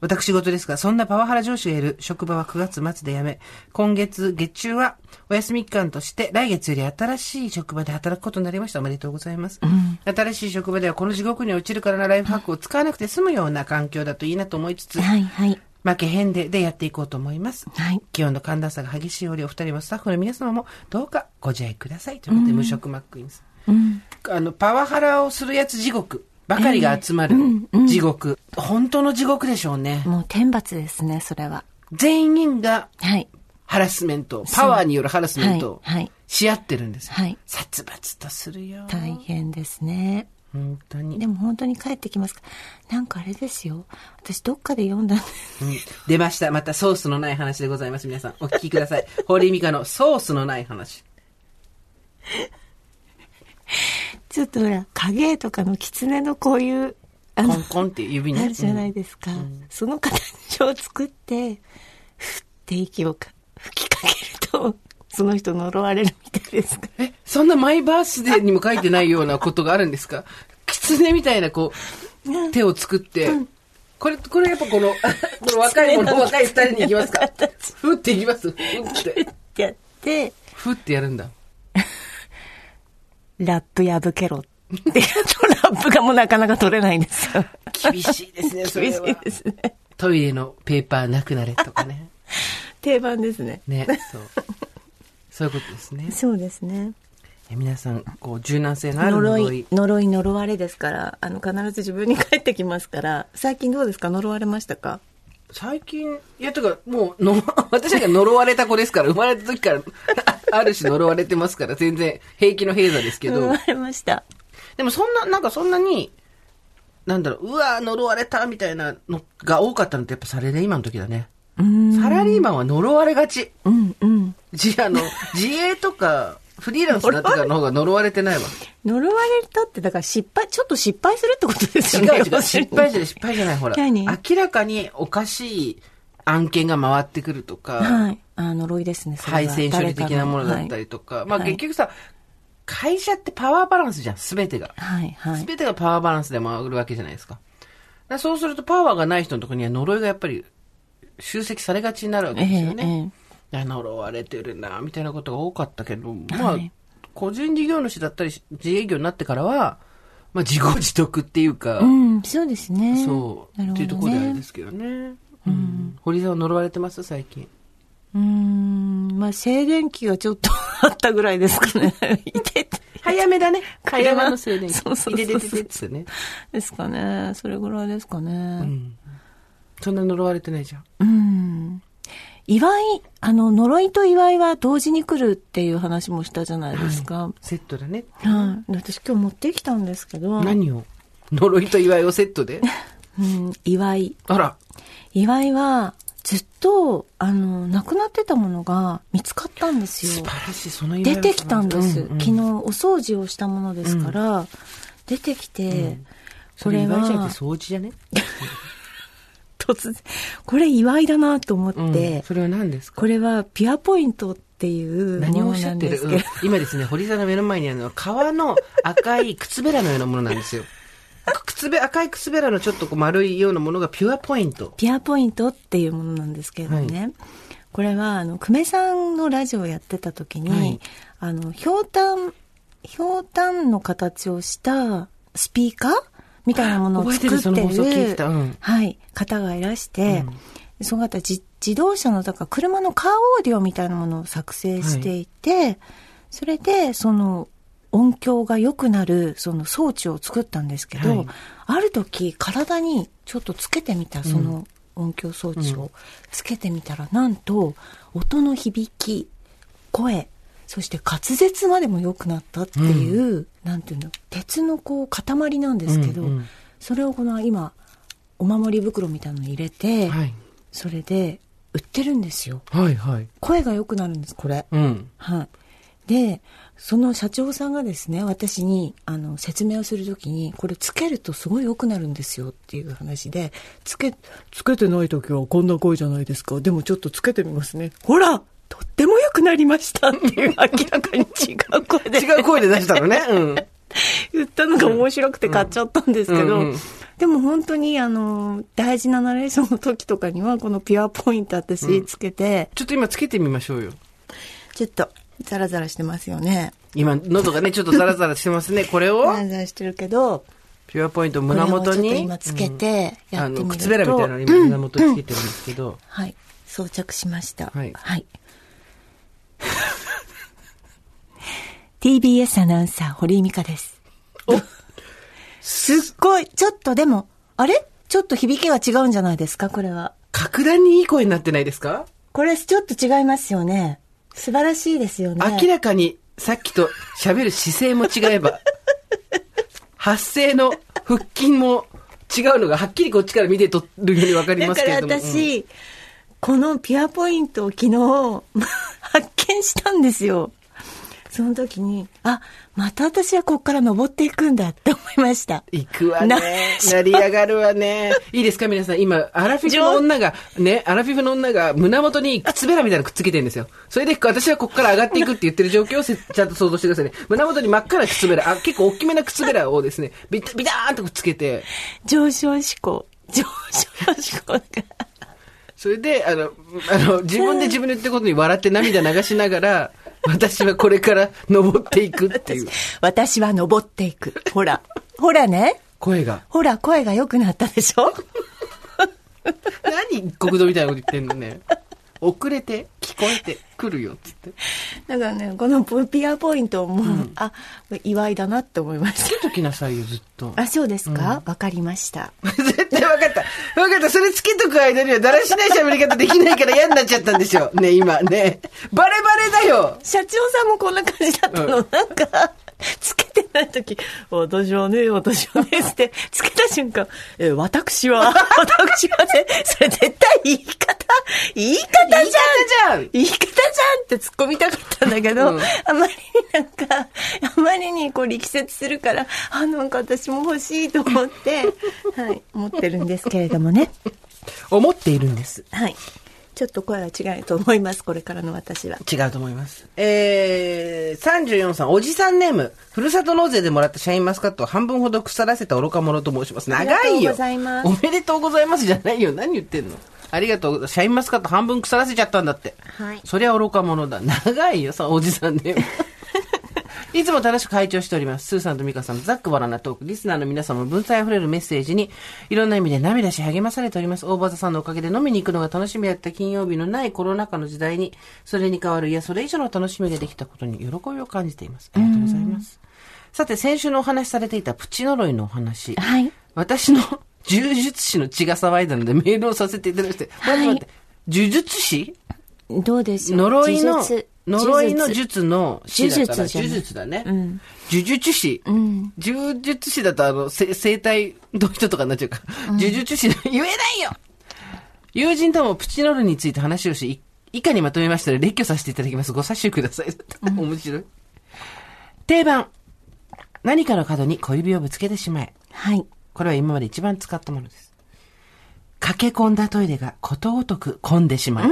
Speaker 2: 私事ですが、そんなパワハラ上司がいる職場は9月末で辞め、今月月中はお休み期間として、来月より新しい職場で働くことになりました。おめでとうございます。新しい職場ではこの地獄に落ちるからなライフハックを使わなくて済むような環境だといいなと思いつつ、
Speaker 3: はい、はい。
Speaker 2: 負けへんで、でやっていこうと思います。
Speaker 3: はい
Speaker 2: 気温の寒暖差が激しいより、お二人もスタッフの皆様もどうかご自愛ください。ということで、無職マックインさん。あの、パワハラをするやつ地獄ばかりが集まる地獄。本当の地獄でしょうね。
Speaker 3: もう天罰ですね、それは。
Speaker 2: 全員が
Speaker 3: はい。
Speaker 2: ハラスメント、パワーによるハラスメントを
Speaker 3: はいはい
Speaker 2: し合ってるんですよ。
Speaker 3: はい
Speaker 2: 殺伐とするよ。
Speaker 3: 大変ですね。
Speaker 2: 本当に。
Speaker 3: でも本当に帰ってきますかなんかあれですよ。私どっかで読んだんです。
Speaker 2: うん出ました。またソースのない話でございます。皆さん、お聞きください。堀井美香のソースのない話。
Speaker 3: ちょっとほら、影絵とかの狐のこういう、あ
Speaker 2: コ
Speaker 3: の
Speaker 2: ン、コンっていう指に。
Speaker 3: あるじゃないですか。その形を作って、ふって息をか吹きかけると、その人呪われるみたいですか
Speaker 2: え、そんなマイバースデーにも書いてないようなことがあるんですか狐みたいな、こう、手を作って、これ、これやっぱこの、 [LAUGHS] この若い者、若い二人に行き [LAUGHS] ますかふって行きますふ [LAUGHS] って。
Speaker 3: ってやって、
Speaker 2: ふってやるんだ。
Speaker 3: ラップ破けろって言うと、ラップがもうなかなか取れないんですよ。
Speaker 2: 厳しいですね、それ
Speaker 3: 厳し
Speaker 2: は。
Speaker 3: いですね。
Speaker 2: トイレのペーパーなくなれとか [LAUGHS] ね。
Speaker 3: 定番ですね。
Speaker 2: ね、そう。そういうことですね。
Speaker 3: そうですね。
Speaker 2: え皆さん、こう、柔軟性のある
Speaker 3: 呪
Speaker 2: 呪い。
Speaker 3: い、呪い、呪われですから、あの、必ず自分に返ってきますから、最近どうですか呪われましたか
Speaker 2: 最近、いや、とか、もう、の、 [LAUGHS] 私なんか呪われた子ですから、生まれた時から、 [LAUGHS] ある種呪われてますから、全然、平気の平座ですけ
Speaker 3: 呪
Speaker 2: ど
Speaker 3: わ、れました。
Speaker 2: でもそんな、なんかそんなに、なんだろう、うわー呪われた、みたいなのが多かったのって、やっぱサラリーマンの時だね。サラリーマンは呪われがち。
Speaker 3: うん、うん。
Speaker 2: じ、あの、自営とか、フリーランスになってからの方が呪われてないわ。
Speaker 3: 呪われたって、だから失敗、ちょっと失敗するってことです
Speaker 2: 違
Speaker 3: よね。
Speaker 2: う違う、
Speaker 3: 要するに
Speaker 2: 失敗じゃない、失敗じゃない、ほら。
Speaker 3: 何
Speaker 2: 明らかにおかしい案件が回ってくるとか、
Speaker 3: はい。あ呪いですね、それは
Speaker 2: 配線処理的なものだったりとか、まあ結局さ、会社ってパワーバランスじゃん、すべてが。
Speaker 3: はい、はい、はい
Speaker 2: すべてがパワーバランスで回るわけじゃないですか。だからそうするとパワーがない人のところには呪いがやっぱり集積されがちになるわけですよね。いや呪われてるな、みたいなことが多かったけど、まあ、
Speaker 3: はい
Speaker 2: 個人事業主だったり、自営業になってからは、まあ自業自得っていうか、
Speaker 3: うん、そうですね。
Speaker 2: そう、
Speaker 3: なるほど、ね。
Speaker 2: っていうところであれですけどね。うん、堀井さんは呪われてます最近。
Speaker 3: うーん、まあ、静電気がちょっとあったぐらいですか
Speaker 2: [LAUGHS]
Speaker 3: ね。いてて。
Speaker 2: 早めだね。
Speaker 3: 早め
Speaker 2: [LAUGHS] 早めの静電気。
Speaker 3: そうそうそうそう
Speaker 2: いででででっつってね。
Speaker 3: ですかね。それぐらいですかね。
Speaker 2: うん。そんな呪われてないじゃん。
Speaker 3: うん。祝い、あの、呪いと祝いは同時に来るっていう話もしたじゃないですか。はい
Speaker 2: セットだね。
Speaker 3: で私今日持ってきたんですけど、
Speaker 2: 何を呪いと祝いをセッ
Speaker 3: [LAUGHS]
Speaker 2: トで
Speaker 3: うん、祝い。
Speaker 2: あら。
Speaker 3: 祝いは、ずっと、あの、なくなってたものが見つかったんですよ。
Speaker 2: 素晴らしい、その祝い
Speaker 3: 出
Speaker 2: を
Speaker 3: てきたんです、
Speaker 2: うんうん
Speaker 3: 昨日お掃除をしたものですから、出てきて、
Speaker 2: ん
Speaker 3: これ
Speaker 2: そ祝いじゃな
Speaker 3: は
Speaker 2: くて掃除じゃね
Speaker 3: 突然これ祝いだなと思って、
Speaker 2: うんそれは何ですか
Speaker 3: これはピュアポイントっていう
Speaker 2: 何
Speaker 3: も
Speaker 2: をお
Speaker 3: の
Speaker 2: っし
Speaker 3: な
Speaker 2: ゃっ
Speaker 3: ん
Speaker 2: て
Speaker 3: で
Speaker 2: る
Speaker 3: す
Speaker 2: う
Speaker 3: け
Speaker 2: ん
Speaker 3: ど
Speaker 2: 今ですね、堀さんの目の前にあの、革の赤い靴べらのようなものなんですよ。靴べ、赤い靴べらのちょっとこう丸いようなものがピュアポイント。
Speaker 3: ピュアポイントっていうものなんですけどね、これはあの久米さんのラジオをやってた時に、
Speaker 2: はい
Speaker 3: あのひょうたんひょうたんの形をしたスピーカーみたいなものを
Speaker 2: 覚え
Speaker 3: 作
Speaker 2: て
Speaker 3: って
Speaker 2: る
Speaker 3: る
Speaker 2: その放送聞いてたうん
Speaker 3: はい、方がいらして、その方じ自動車のだから車のカーオーディオみたいなものを作成していて、それでその音響が良くなるその装置を作ったんですけど、
Speaker 2: はい
Speaker 3: ある時体にちょっとつけてみたその音響装置をつけてみたら、なんと音の響き声そして滑舌までも良くなったっていう、なんていうの鉄のこう塊なんですけど、
Speaker 2: うんうん
Speaker 3: それをこの今お守り袋みたいなのに入れて、
Speaker 2: はい。
Speaker 3: それで売ってるんですよ
Speaker 2: はい、はい。
Speaker 3: 声が良くなるんですこれ、
Speaker 2: うん。
Speaker 3: はいでその社長さんがですね私にあの説明をするときにこれつけるとすごい良くなるんですよっていう話でつけつけてない時はこんな声じゃないですかでもちょっとつけてみますねほらとっても良くなりましたっていう明らかに違う声で
Speaker 2: 違う声で出した
Speaker 3: [LAUGHS]
Speaker 2: のね。うん。
Speaker 3: 言ったのが面白くて買っちゃったんですけど、
Speaker 2: うんうん
Speaker 3: でも本当にあの、大事なナレーションの時とかには、このピュアポイント私つけて、
Speaker 2: ちょっと今つけてみましょうよ。
Speaker 3: ちょっと、ザラザラしてますよね。
Speaker 2: 今、喉がね、ちょっとザラザラしてま
Speaker 3: [LAUGHS]
Speaker 2: すね。これを
Speaker 3: ザ、ラザラしてるけど、
Speaker 2: ピュアポイントを
Speaker 3: これ
Speaker 2: 胸
Speaker 3: を
Speaker 2: 元
Speaker 3: ちょっと
Speaker 2: に、
Speaker 3: 今つけて、や
Speaker 2: あ
Speaker 3: ってみると、
Speaker 2: の、靴べらみたいなのを今胸元につけてるんですけど、
Speaker 3: はい、装着しました。
Speaker 2: はい
Speaker 3: はい。TBS アナウンサー、堀井美香です。 [LAUGHS] すっごい、ちょっとでも、あれちょっと響きが違うんじゃないですか、これは。
Speaker 2: 格段にいい声になってないですか、
Speaker 3: これちょっと違いますよね。素晴らしいですよね。
Speaker 2: 明らかにさっきと喋る姿勢も違え
Speaker 3: [LAUGHS]
Speaker 2: ば、発声の腹筋も違うのがはっきりこっちから見てとるようにわかり
Speaker 3: だ
Speaker 2: ます
Speaker 3: か
Speaker 2: け
Speaker 3: ら
Speaker 2: れども。うん
Speaker 3: 私、このピュアポイントを昨日 [LAUGHS] 発見したんですよ。その時に、あ、また私はここから登っていくんだって思いました。
Speaker 2: 行くわね
Speaker 3: な。
Speaker 2: 成り上がるわね。いいですか皆さん。今、アラフィフの女が、ね、アラフィフの女が胸元に靴べらみたいなのくっつけてるんですよ。それで、私はここから上がっていくって言ってる状況をせちゃんと想像してくださいね。胸元に真っ赤な靴べら、あ結構大きめな靴べらをですね、ビタビターンとくっつけて、
Speaker 3: 上昇志向。上昇志向だから。
Speaker 2: それで、あの、あの、自分で自分で言ってることに笑って涙流しながら、私はこれから登っていくっていう
Speaker 3: 私は登っていく。ほら。ほらね。
Speaker 2: 声 [LAUGHS] が。
Speaker 3: ほら、声が良くなったでしょ
Speaker 2: 何国道みたいなこと言ってんのね。遅れて、聞こえて、くるよ、つって。
Speaker 3: だからね、このピュアポイントも、あ、祝いだなって思いまし
Speaker 2: つけときなさいよ、ずっと
Speaker 3: た。。あ、そうですかわ、かりました。
Speaker 2: [LAUGHS] 絶対分かった。分かった。それつけとく間には、だらしない喋り方できないから嫌になっちゃったんでしょ。 [LAUGHS] ね、今ね。バレバレだよ。
Speaker 3: 社長さんもこんな感じだったの、
Speaker 2: う
Speaker 3: なんか、つけてない時、私はね、私はね、って、つけた瞬間、え、私は、 [LAUGHS] 私はね、それ絶対言い方、言い方じゃん
Speaker 2: 言い方じゃん
Speaker 3: 言い方じゃんって突っ込みたかったんだけど、
Speaker 2: うん
Speaker 3: あまりになんか、あまりにこう力説するから、あ、なんか私も欲しいと思って、はい、持ってるんですけれどもね。
Speaker 2: 思っているんです。
Speaker 3: はい。ちょっと声は違うと思います、これからの私は。
Speaker 2: 違うと思います。えー、34さん、おじさんネーム、ふるさと納税でもらったシャインマスカットを半分ほど腐らせた愚か者と申します。長いよ。
Speaker 3: ありがとうございます
Speaker 2: おめでとうございますじゃないよ。何言ってんのありがとう。シャインマスカット半分腐らせちゃったんだって。
Speaker 3: はい
Speaker 2: そりゃ愚か者だ。長いよ、さ、おじさんネーム。いつも楽しく会長しております。スーさんとミカさんのざっくばらんなトーク、リスナーの皆様の文才あふれるメッセージに、いろんな意味で涙し励まされております。大場さんのおかげで飲みに行くのが楽しみだった金曜日のないコロナ禍の時代に、それに代わる、いや、それ以上の楽しみができたことに喜びを感じています。ありがとうございます。さて、先週のお話しされていたプチ呪いのお話。
Speaker 3: はい
Speaker 2: 私の [LAUGHS] 呪術師の血が騒いだのでメールをさせていただいて、
Speaker 3: はい
Speaker 2: 待って待って呪術師
Speaker 3: どうでしょう
Speaker 2: 呪いの
Speaker 3: 呪術、
Speaker 2: 呪いの
Speaker 3: 呪術
Speaker 2: 術の師だから、呪
Speaker 3: 呪術じゃない
Speaker 2: 術だね。
Speaker 3: う
Speaker 2: 呪
Speaker 3: ん
Speaker 2: 術師。
Speaker 3: うん
Speaker 2: 呪術師だと、あの、せ生体の人とかになっちゃうから。呪術師、言えないよ友人ともプチノルについて話をし、い以下にまとめましたので、列挙させていただきます。ご察しください。 [LAUGHS] 面白い。定番。何かの角に小指をぶつけてしまえ。
Speaker 3: はい
Speaker 2: これは今まで一番使ったものです。駆け込んだトイレがことごとく混んでしまう。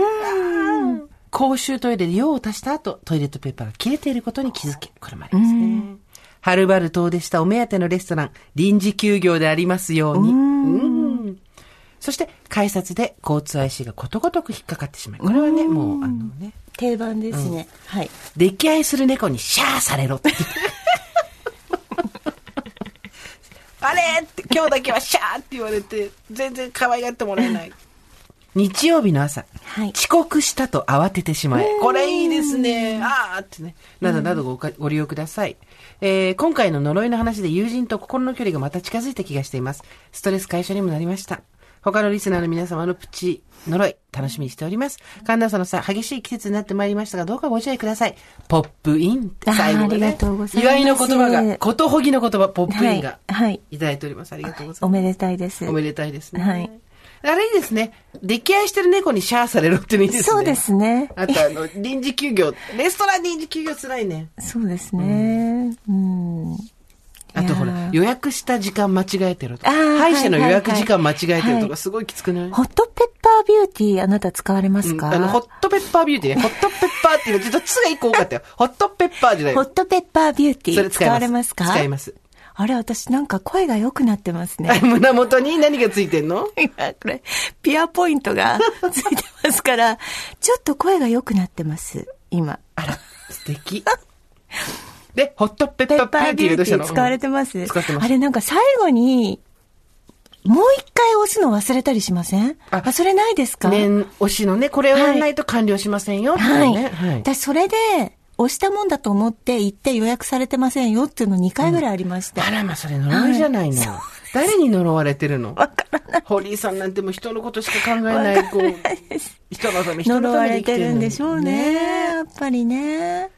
Speaker 2: 公衆トイレで用を足した後、トイレットペーパーが切れていることに気づけ。これもありますね。はるばる遠出したお目当てのレストラン、臨時休業でありますように。うんそして、改札で交通 IC がことごとく引っかかってしまう。これはね、もう、あのね、
Speaker 3: 定番ですね、はい
Speaker 2: 溺愛する猫にシャーされろって。あれって今日だけはシャーって言われて全然可愛がってもらえない。日曜日の朝、
Speaker 3: はい
Speaker 2: 遅刻したと慌ててしまえ。これいいですね。あーってね。などなどごかご利用ください。えー今回の呪いの話で友人と心の距離がまた近づいた気がしています。ストレス解消にもなりました。他のリスナーの皆様のプチ呪い、楽しみにしております。寒暖差のさ、激しい季節になってまいりましたが、どうかご自愛ください。ポップインって最後
Speaker 3: あ
Speaker 2: のね。
Speaker 3: ーありがとうございます
Speaker 2: 祝いの言葉が、ことほぎの言葉、ポップインが、
Speaker 3: はいはい
Speaker 2: いただいております。ありがとうございます。
Speaker 3: おめでたいです
Speaker 2: おめでたいですね。
Speaker 3: はい
Speaker 2: あれいいですね。溺愛してる猫にシャーされろっていうのいいですね。
Speaker 3: そうですね
Speaker 2: あとあの、 [LAUGHS] 臨時休業。レストラン臨時休業つらいね。
Speaker 3: そうですねうん、
Speaker 2: あとほ
Speaker 3: いや
Speaker 2: ら、
Speaker 3: ー
Speaker 2: 予約した時間間違えてるとか。
Speaker 3: あー
Speaker 2: 歯医者の予約時間間違えて
Speaker 3: は
Speaker 2: る
Speaker 3: いは
Speaker 2: と
Speaker 3: いは
Speaker 2: か、
Speaker 3: い
Speaker 2: すごいきつくない、
Speaker 3: ホットペッパービューティーあなた使われま
Speaker 2: う
Speaker 3: す
Speaker 2: ん
Speaker 3: か、
Speaker 2: あの、ホットペッパービューティーね。ホットペッパーっていうの、ちょっとつが一個多かったよ。ホットペッパーじゃない
Speaker 3: ホットペッパービューティー
Speaker 2: それ使います
Speaker 3: われますか
Speaker 2: 使います
Speaker 3: あれ私なんか声が良くなってますね
Speaker 2: あ [LAUGHS] 胸元に何がついてんの
Speaker 3: 今これピアポイントがついてますからちょっと声が良くなってます今
Speaker 2: あら、素
Speaker 3: [LAUGHS]
Speaker 2: 敵。で、ホットペッパービューティーどうしたの
Speaker 3: 使われてます、
Speaker 2: うん使ってます。
Speaker 3: あれなんか最後にもう一回押すの忘れたりしません
Speaker 2: あ
Speaker 3: あそれないですか
Speaker 2: 念押しのね、これをやらないと完了しませんよ、って
Speaker 3: はい。
Speaker 2: ね。はい。
Speaker 3: だそれで、押したもんだと思って行って予約されてませんよっていうの2回ぐらいありました。
Speaker 2: あらま、それ呪いじゃないの。誰に呪われて
Speaker 3: [LAUGHS]
Speaker 2: るの
Speaker 3: わからない。
Speaker 2: 堀井さんなんてもう人のことしか考えない、こう、人のため、人の
Speaker 3: 呪
Speaker 2: た
Speaker 3: わ
Speaker 2: め
Speaker 3: れ
Speaker 2: に生きて
Speaker 3: て
Speaker 2: るの
Speaker 3: る
Speaker 2: に
Speaker 3: んでしょうね。やっぱりね。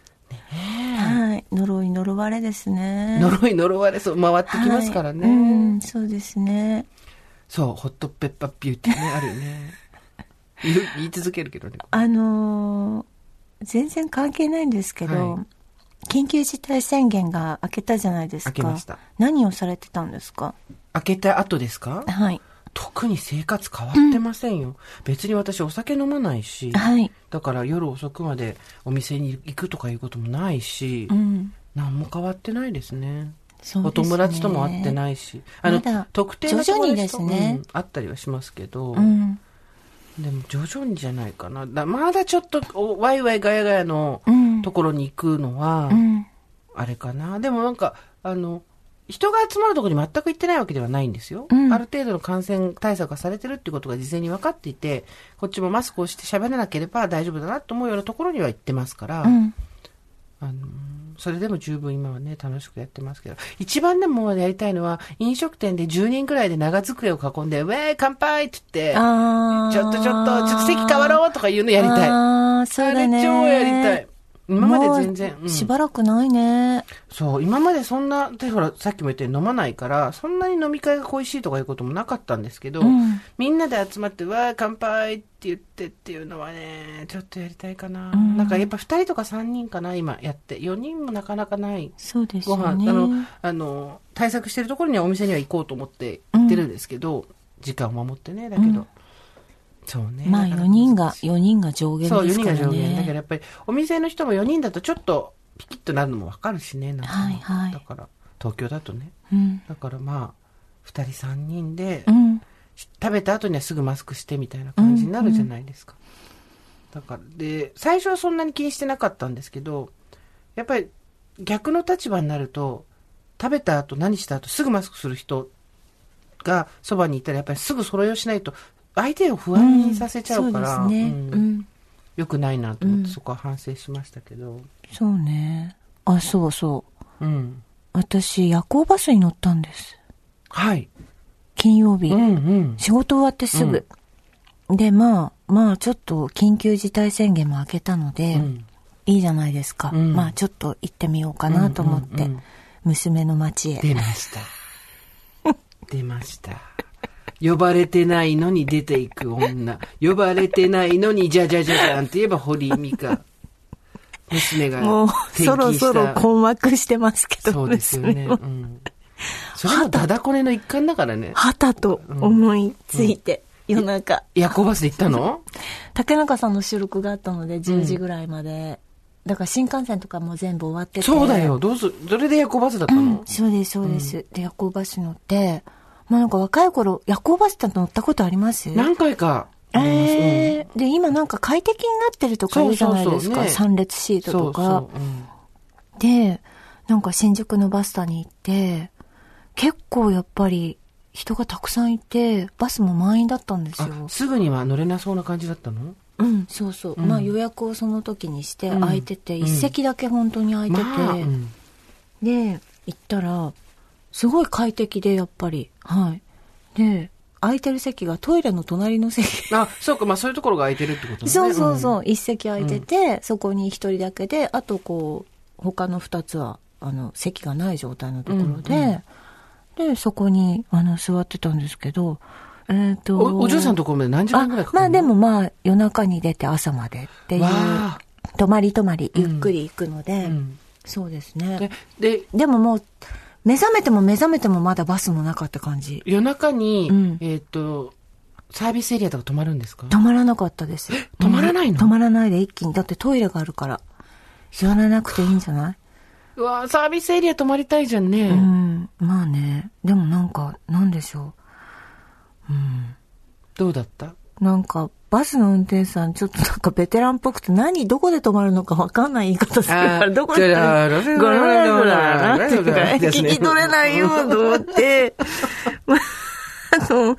Speaker 3: はい。呪い、呪われですね。
Speaker 2: 呪い呪われそう、回ってきますから
Speaker 3: はい
Speaker 2: ね。
Speaker 3: うん、そうですね。
Speaker 2: そう、ホットペッパービューティーね、あるよね。言う言い続けるけどね。
Speaker 3: あのー全然関係ないんですけど、
Speaker 2: は
Speaker 3: 緊急事態宣言が明けたじゃないですか。
Speaker 2: 明けました
Speaker 3: 何をされてたんですか
Speaker 2: 開けた後ですか
Speaker 3: はい。
Speaker 2: 特に生活変わってませんよ。別に私お酒飲まないし、
Speaker 3: はい。
Speaker 2: だから夜遅くまでお店に行くとかいうこともないし、
Speaker 3: うん。
Speaker 2: 何も変わってないですね。
Speaker 3: そう
Speaker 2: お
Speaker 3: ですね
Speaker 2: 友達とも会ってないし、あの
Speaker 3: まだ、
Speaker 2: 特定の
Speaker 3: 徐
Speaker 2: 友
Speaker 3: 々に
Speaker 2: 達と
Speaker 3: ですね
Speaker 2: うん会ったりはしますけど、
Speaker 3: うん。
Speaker 2: でも徐々にじゃないかな。だまだちょっと、おワイワイガヤガヤの
Speaker 3: うん
Speaker 2: ところに行くのは
Speaker 3: う、ん。
Speaker 2: あれかな。でもなんか、あの、人が集まるところに全く行ってないわけではないんですよ。
Speaker 3: うん
Speaker 2: ある程度の感染対策がされてるってことが事前に分かっていて、こっちもマスクをして喋らなければ大丈夫だなと思うようなところには行ってますから、
Speaker 3: うん。
Speaker 2: あのーそれでも十分今はね、楽しくやってますけど、一番でもやりたいのは、飲食店で10人くらいで長机を囲んで、ウェーイ乾杯って言って、
Speaker 3: あー
Speaker 2: ちょっとちょっと、ちょっと席変わろうとかいうのやりたい。あ
Speaker 3: ああ、そうだ
Speaker 2: れ
Speaker 3: ね。
Speaker 2: 超やりたい。今まで全然。
Speaker 3: もう
Speaker 2: うん
Speaker 3: しばらくないね。
Speaker 2: そう、今までそんな、で、ほら、さっきも言ったように飲まないから、そんなに飲み会が恋しいとかいうこともなかったんですけど、
Speaker 3: うん
Speaker 2: みんなで集まって、わー、乾杯って言ってっていうのはね、ちょっとやりたいかな。
Speaker 3: うん
Speaker 2: なんかやっぱ2人とか3人かな、今やって。4人もなかなかない。
Speaker 3: そうです
Speaker 2: ご
Speaker 3: よ
Speaker 2: 飯、
Speaker 3: ね。
Speaker 2: あの、あの、対策してるところにはお店には行こうと思って行ってるんですけど、時間を守ってね、だけど。
Speaker 3: うん
Speaker 2: そうね。
Speaker 3: まあ
Speaker 2: なか
Speaker 3: 4
Speaker 2: なか
Speaker 3: 人
Speaker 2: 難
Speaker 3: が
Speaker 2: しい、
Speaker 3: 4人が上限
Speaker 2: そう、
Speaker 3: で
Speaker 2: 4
Speaker 3: す
Speaker 2: 人
Speaker 3: か
Speaker 2: が
Speaker 3: ら
Speaker 2: 上限。だから
Speaker 3: ね。
Speaker 2: やっぱり、お店の人も4人だとちょっと、ピキッとなるのもわかるしね、なんかね
Speaker 3: はいはい
Speaker 2: だから、東京だとね。
Speaker 3: うん。
Speaker 2: だからまあ、2人3人で、
Speaker 3: うん。
Speaker 2: 食べた後にはすぐマスクしてみたいな感じになるじゃないですか。だから、で、最初はそんなに気にしてなかったんですけど、やっぱり、逆の立場になると、食べた後何した後すぐマスクする人がそばにいたらやっぱりすぐ揃いをしないと相手を不安にさせちゃうから、
Speaker 3: そうですね。
Speaker 2: うん
Speaker 3: うん。
Speaker 2: よくないなと思って、
Speaker 3: うん
Speaker 2: そこは反省しましたけど。
Speaker 3: そうね。あ、そうそう。
Speaker 2: うん。
Speaker 3: 私、夜行バスに乗ったんです。
Speaker 2: はい。
Speaker 3: 金曜日。
Speaker 2: うんうん。
Speaker 3: 仕事終わってすぐ。で、まあ、まあ、ちょっと緊急事態宣言も明けたので、
Speaker 2: うん
Speaker 3: いいじゃないですか。
Speaker 2: うん
Speaker 3: まあ、ちょっと行ってみようかなと思って、
Speaker 2: うんうんうん
Speaker 3: 娘の町へ。
Speaker 2: 出ました。出ました。呼ばれてないのに出ていく女。呼ばれてないのにじゃじゃじゃじゃんって言えば堀井美香。娘が
Speaker 3: もう、
Speaker 2: 転
Speaker 3: そろ
Speaker 2: 勤した
Speaker 3: そろ困惑してますけど、
Speaker 2: そうですよね。
Speaker 3: 娘も
Speaker 2: うん。それもダダこねの一環だからね。
Speaker 3: はたと思いついて、夜中。
Speaker 2: 夜行バスで行ったの
Speaker 3: 竹中さんの収録があったので、10時ぐらいまで。だから新幹線とかも全部終わってて。
Speaker 2: そうだよ。どうするそれで夜行バスだったの
Speaker 3: そうです、そうです。で、夜行バス乗って、まあなんか若い頃、夜行バスって乗ったことあります
Speaker 2: 何回かあります。うん
Speaker 3: ええで、今なんか快適になってるとか言うじゃないです
Speaker 2: そうそうそう
Speaker 3: か。
Speaker 2: ね
Speaker 3: 三列シートとか。
Speaker 2: そうそううん
Speaker 3: で、なんか新宿のバスタに行って、結構やっぱり人がたくさんいて、バスも満員だったんですよ
Speaker 2: あ。すぐには乗れなそうな感じだったの
Speaker 3: うん、そうそう。まあ予約をその時にして
Speaker 2: うん
Speaker 3: 空いてて、
Speaker 2: うん
Speaker 3: 一席だけ本当に空いてて、
Speaker 2: まあうん
Speaker 3: で、行ったら、すごい快適でやっぱり。はい。で、空いてる席がトイレの隣の席。
Speaker 2: あ、そうか、まあそういうところが空いてるってことね。
Speaker 3: そうそうそう、
Speaker 2: ん。
Speaker 3: 一席空いてて、そこに一人だけであとこう他の二つはあの席がない状態のところで、でそこにあの座ってたんですけどえっ、と
Speaker 2: おお嬢さんのところまで何時間
Speaker 3: あ
Speaker 2: ぐらいかかる
Speaker 3: まあでも
Speaker 2: も、
Speaker 3: まあ夜中に出て朝までっていう
Speaker 2: わあ
Speaker 3: 泊まり泊まりゆっくり行くので、
Speaker 2: うん
Speaker 3: そうですね
Speaker 2: でで、
Speaker 3: でももう目覚めても目覚めてもまだバスもなかった感じ
Speaker 2: 夜中に、
Speaker 3: うん
Speaker 2: えっ、と、サービスエリアとか泊まるんですか
Speaker 3: 止まらなかったです。
Speaker 2: 止まらないの
Speaker 3: うん止まらないで一気に。だってトイレがあるから。座らなくていいんじゃないう
Speaker 2: わサービスエリア泊まりたいじゃんね。
Speaker 3: うん。まあね。でもなんか、なんでしょ
Speaker 2: どうだった
Speaker 3: う。なんか、バスの運転手さん、ちょっとなんかベテランっぽくて、何、どこで止まるのかわかんない言い方するから、どこで止まる
Speaker 2: あー
Speaker 3: ゴロゴロゴロゴロなんていうか
Speaker 2: ですね
Speaker 3: 聞き取れないよと思って、まああの、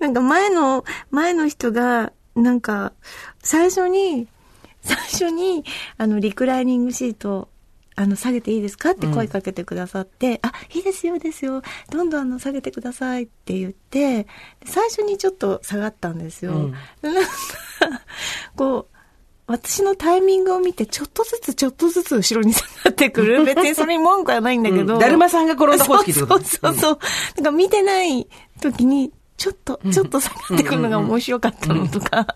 Speaker 3: なんか前の、前の人が、なんか、最初に、最初に、あの、リクライニングシート、あの、下げていいですかって声かけてくださって、あ、いいですよ、いいですよ。どんどんあの、下げてくださいって言って、で最初にちょっと下がったんですよ。
Speaker 2: うん
Speaker 3: なんか、 [LAUGHS] こう、私のタイミングを見て、ちょっとずつちょっとずつ後ろに下がってく
Speaker 2: [LAUGHS]
Speaker 3: る。別にそれに文句はないんだけど。
Speaker 2: うんだるまさんが転んだ方式ってこ
Speaker 3: そ
Speaker 2: と
Speaker 3: うそうそうそう。なんか見てない時に、ちょっと、ちょっと下がってくるのが面白かったのとか。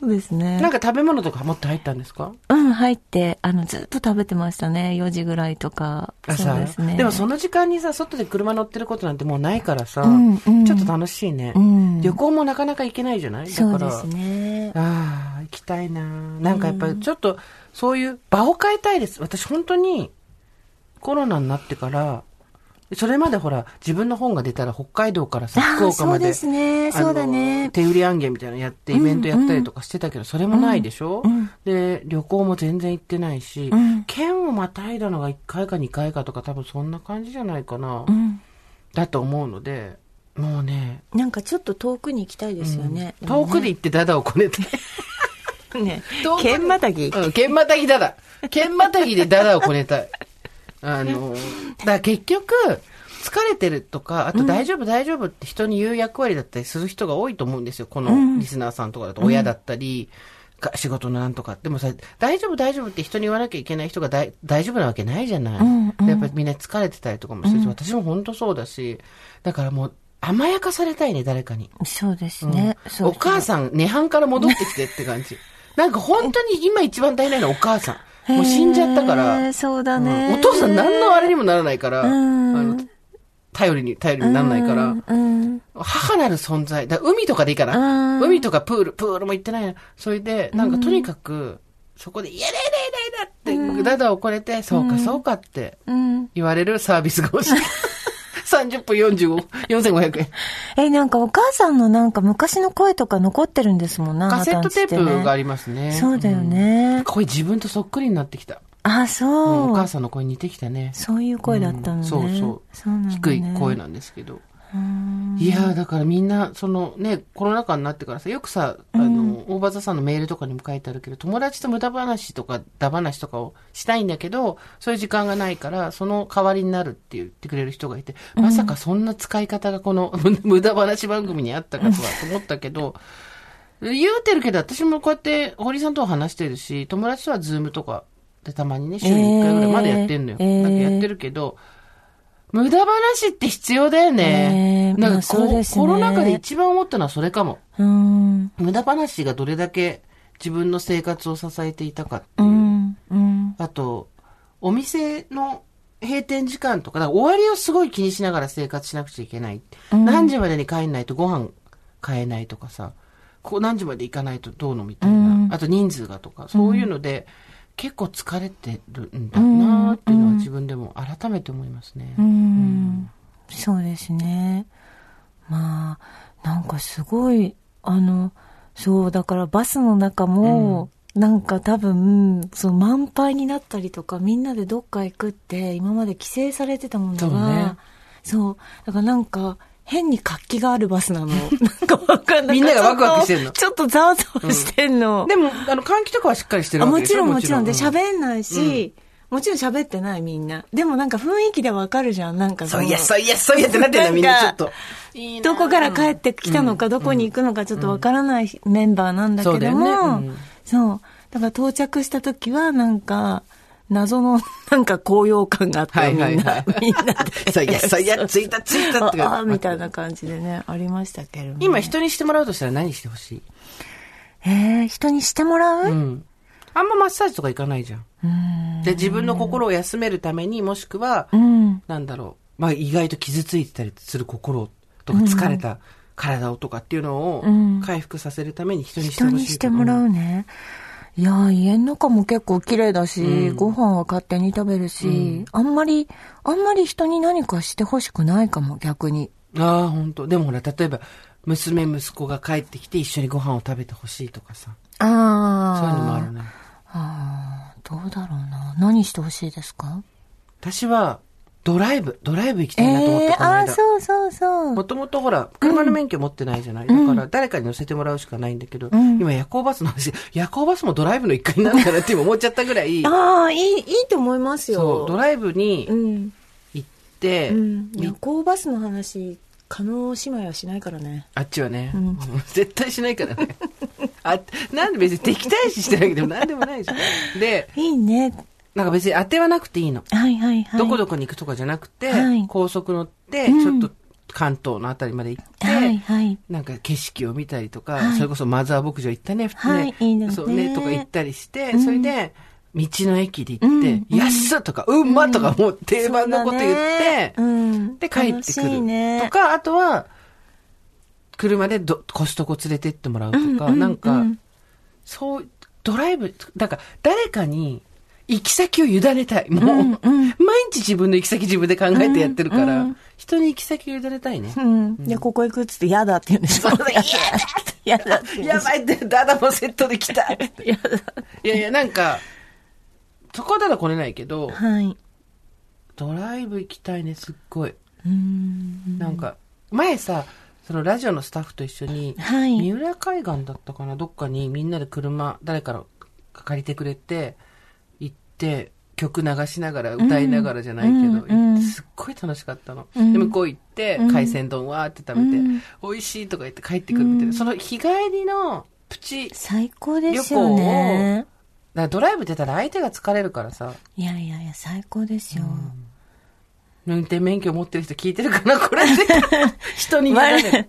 Speaker 3: そうですね。
Speaker 2: なんか食べ物とか持って入ったんですか
Speaker 3: うん、入って、あの、ずっと食べてましたね。4時ぐらいとか。
Speaker 2: 朝
Speaker 3: そうですね。
Speaker 2: もその時間にさ、外で車乗ってることなんてもうないからさ、
Speaker 3: うんうん
Speaker 2: ちょっと楽しいね、
Speaker 3: うん
Speaker 2: 旅行もなかなか行けないじゃないだ
Speaker 3: そ
Speaker 2: か
Speaker 3: うで
Speaker 2: ら。
Speaker 3: すね。
Speaker 2: ああ、行きたいな。なんかやっぱりちょっと、そういう場を変えたいです。私本当に、コロナになってから、それまでほら、自分の本が出たら北海道からさ、
Speaker 3: あー
Speaker 2: 福岡まで。
Speaker 3: そうですね
Speaker 2: あの
Speaker 3: そうだね
Speaker 2: 手売り案件みたいなのやって、イベントやったりとかしてたけど、それもないでしょ、で、旅行も全然行ってないし、
Speaker 3: うん
Speaker 2: 県をまたいだのが1回か2回かとか多分そんな感じじゃないかな。
Speaker 3: うん。
Speaker 2: だと思うので、もうね、
Speaker 3: なんかちょっと遠くに行きたいですよね。
Speaker 2: 遠くで行ってダダをこねて。
Speaker 3: くね
Speaker 2: 遠く。に
Speaker 3: 剣またぎ。
Speaker 2: うん、剣またぎダダ。剣またぎでダダをこねたい。あの、だから結局、疲れてるとか、あと大丈夫大丈夫って人に言う役割だったりする人が多いと思うんですよ。このリスナーさんとかだと、親だったり、か仕事のなんとか。でもさ、大丈夫大丈夫って人に言わなきゃいけない人がだい大丈夫なわけないじゃない。
Speaker 3: うんうん
Speaker 2: やっぱりみんな疲れてたりとかもするし、私も本当そうだし、だからもう甘やかされたいね、誰かに。
Speaker 3: そうです
Speaker 2: うん
Speaker 3: ね。そう
Speaker 2: お母さん、涅槃から戻ってきてって感じ。なんか本当に今一番大変なのはお母さん。もう死んじゃったか
Speaker 3: へ
Speaker 2: ら
Speaker 3: ー。そうだ
Speaker 2: う
Speaker 3: ね。
Speaker 2: んお父さん何のあれにもならないから、
Speaker 3: うん
Speaker 2: あの頼りに、頼りにならないから、
Speaker 3: うん。
Speaker 2: 母なる存在。だ海とかでいいかな、
Speaker 3: うん
Speaker 2: 海とかプール、プールも行ってないな。それで、なんかとにかく、そこで、イエレレレレって、ダダをこれて、そうかそうかって
Speaker 3: うん。
Speaker 2: 言われるサービスが欲しい。30分45、4500円。
Speaker 3: え、なんかお母さんのなんか昔の声とか残ってるんですもんな。
Speaker 2: カセットテープがあ
Speaker 3: り
Speaker 2: りますね。
Speaker 3: そうだよね。
Speaker 2: これ自分とそっくりになってきた。
Speaker 3: あ、
Speaker 2: うん
Speaker 3: そう。
Speaker 2: お母さんの声に似てきたね。
Speaker 3: そういう声だったのね。
Speaker 2: うんそうそう
Speaker 3: そうなんだね
Speaker 2: 低い声なんですけど。
Speaker 3: うん
Speaker 2: いやーだからみんな、そのね、コロナ禍になってからさ、よくさ、あの、大場座さんのメールとかにも書いてあるけど、友達と無駄話とか、だ話とかをしたいんだけど、そういう時間がないから、その代わりになるって言ってくれる人がいて、まさかそんな使い方がこの [LAUGHS] 無駄話番組にあったかとはと思ったけど、言うてるけど、私もこうやって、堀さんとは話してるし、友達とはズームとかでたまにね、週に1回ぐらいまだやってんのよ。
Speaker 3: えー
Speaker 2: なんかやってるけど、無駄話って必要だよね。
Speaker 3: えー
Speaker 2: な
Speaker 3: まあ
Speaker 2: んか
Speaker 3: そう
Speaker 2: こ、
Speaker 3: ですね
Speaker 2: コロナ禍で一番思ったのはそれかも。
Speaker 3: うん。
Speaker 2: 無駄話がどれだけ自分の生活を支えていたかって
Speaker 3: う
Speaker 2: いう。
Speaker 3: ん。うん。
Speaker 2: あと、お店の閉店時間とか、だから終わりをすごい気にしながら生活しなくちゃいけない。何時までに帰んないとご飯買えないとかさ、こう何時まで行かないとどうのみたいな、
Speaker 3: うん
Speaker 2: あと人数がとか、そういうので、結構疲れてるんだなーっていうのは自分でも改めて思いますね。
Speaker 3: うんそうですね。まあ、なんかすごい、あの、そう、だからバスの中も、なんか多分、その満杯になったりとか、みんなでどっか行くって、今まで規制されてたもの
Speaker 2: そうね
Speaker 3: が、そう,、だからなんか、変に活気があるバス
Speaker 2: [LAUGHS]
Speaker 3: なの。なんかわかんない。
Speaker 2: みんながワクワクしてんの
Speaker 3: ちょっとざわざわしてんの。
Speaker 2: でも、あの、換気とかはしっかりしてる
Speaker 3: あ
Speaker 2: わ
Speaker 3: も
Speaker 2: けでし
Speaker 3: ち
Speaker 2: ょ
Speaker 3: ろんもちろんで
Speaker 2: る。
Speaker 3: 喋んないし、もちろん喋ってないみんな。でもなんか雰囲気でわかるじゃん。なんか
Speaker 2: そ
Speaker 3: の
Speaker 2: ういや、そういや、そういやってなってるのみんなちょっと。
Speaker 3: どこから帰ってきたのか、どこに行くのかちょっとわからないメンバーなんだけども、
Speaker 2: そ
Speaker 3: そ
Speaker 2: うだ
Speaker 3: う
Speaker 2: よねうん
Speaker 3: だから到着した時はなんか、謎の [LAUGHS] なんか高揚感があったよ、
Speaker 2: はいはいはい
Speaker 3: みんな。みんなで。
Speaker 2: [LAUGHS] そういや、そういや、ついたついたって。
Speaker 3: ああ、みたいな感じでね、ありましたけれども。
Speaker 2: 今、人にしてもらうとしたら何してほしい
Speaker 3: えー、人にしてもらう、
Speaker 2: うん。あんまマッサージとか行かないじゃん。で、自分の心を休めるために、もしくは、
Speaker 3: ん
Speaker 2: なんだろう。まあ、意外と傷ついてたりする心とか、疲れた体をとかっていうの
Speaker 3: ん
Speaker 2: を、回復させるために人にして
Speaker 3: 人
Speaker 2: ほしいとか。
Speaker 3: にしてもらうね。いやー、家の中も結構綺麗だし、ご飯は勝手に食べるし、あんまり、あんまり人に何かしてほしくないかも、逆に。
Speaker 2: ああ、本当でもほら、例えば、娘、息子が帰ってきて一緒にご飯を食べてほしいとかさ。
Speaker 3: ああ。
Speaker 2: そういうのもあるね。
Speaker 3: ああ、どうだろうな。何してほしいですか
Speaker 2: 私は、ドライブ、ドライブ行き
Speaker 3: え
Speaker 2: たいなと思って、
Speaker 3: えー
Speaker 2: この
Speaker 3: あ
Speaker 2: 間
Speaker 3: あ、そうそうそう。、
Speaker 2: もともとほら、車の免許持ってないじゃない、だから誰かに乗せてもらうしかないんだけど、今夜行バスの話、夜行バスもドライブの一環なんだなって今思っちゃったぐらい
Speaker 3: [LAUGHS] ああ、いい、いいと思いますよ。
Speaker 2: そう、ドライブ
Speaker 3: う
Speaker 2: に
Speaker 3: ん。
Speaker 2: 行って、
Speaker 3: うん。夜行バスの話、可能姉妹はしないからね。
Speaker 2: あっちはね、 [LAUGHS] 絶対しないからね。あ、なんで別に敵対視してないけど、なんでもないじゃん。で、
Speaker 3: いいね。
Speaker 2: なんか別に当てはなくていいの。
Speaker 3: はいはいはい。
Speaker 2: どこどこに行くとかじゃなくて、
Speaker 3: はい
Speaker 2: 高速乗って、
Speaker 3: うん
Speaker 2: ちょっと関東のあたりまで行って、
Speaker 3: はいはい。
Speaker 2: なんか景色を見たりとか、
Speaker 3: はい
Speaker 2: それこそマザー牧場行ったね、
Speaker 3: はいいいですね
Speaker 2: そうね、とか行ったりして、
Speaker 3: ん
Speaker 2: それで、道の駅で行って、
Speaker 3: うんうん
Speaker 2: 安っとか、うんまとか、もう定番のこと言って、
Speaker 3: そうだねうん。
Speaker 2: で、帰ってく
Speaker 3: 楽しい
Speaker 2: る。
Speaker 3: ね。
Speaker 2: とか、あとは、車でどコストコ連れてってもらうとか、
Speaker 3: うんうん
Speaker 2: なんか、
Speaker 3: うん
Speaker 2: そう、ドライブ、なんか、誰かに、行き先を委ねたい。もう、
Speaker 3: うんうん
Speaker 2: 毎日自分の行き先自分で考えてやってるから、人に行き先を委ねたいね。
Speaker 3: うん。で、ここ行くっつって、嫌だって言うんでしょ。嫌だって言うんでしょ。
Speaker 2: やばいって、ダダもセットで
Speaker 3: [LAUGHS]
Speaker 2: 来た。い
Speaker 3: 嫌だ。
Speaker 2: やいや、なんか、そこはただ来れないけど、
Speaker 3: はい。
Speaker 2: ドライブ行きたいね、すっごい。なんか、前さ、そのラジオのスタッフと一緒に、
Speaker 3: はい
Speaker 2: 三浦海岸だったかな、どっかにみんなで車、誰から借りてくれて、行って、曲流しながら、歌いながらじゃないけど、
Speaker 3: うんうん
Speaker 2: 行ってすっごい楽しかったの。
Speaker 3: ん
Speaker 2: で、向こう行って、海鮮丼わーって食べて、
Speaker 3: うん
Speaker 2: 美味しいとか言って帰ってくるみたいな、その日帰りのプチ、
Speaker 3: 最高ですよね。
Speaker 2: だからドライブ出たら相手が疲れるからさ、
Speaker 3: いやいやいや、最高ですよ。
Speaker 2: 運転免許持ってる人聞いてるかなこれで。
Speaker 3: [LAUGHS]
Speaker 2: 人に委ねる。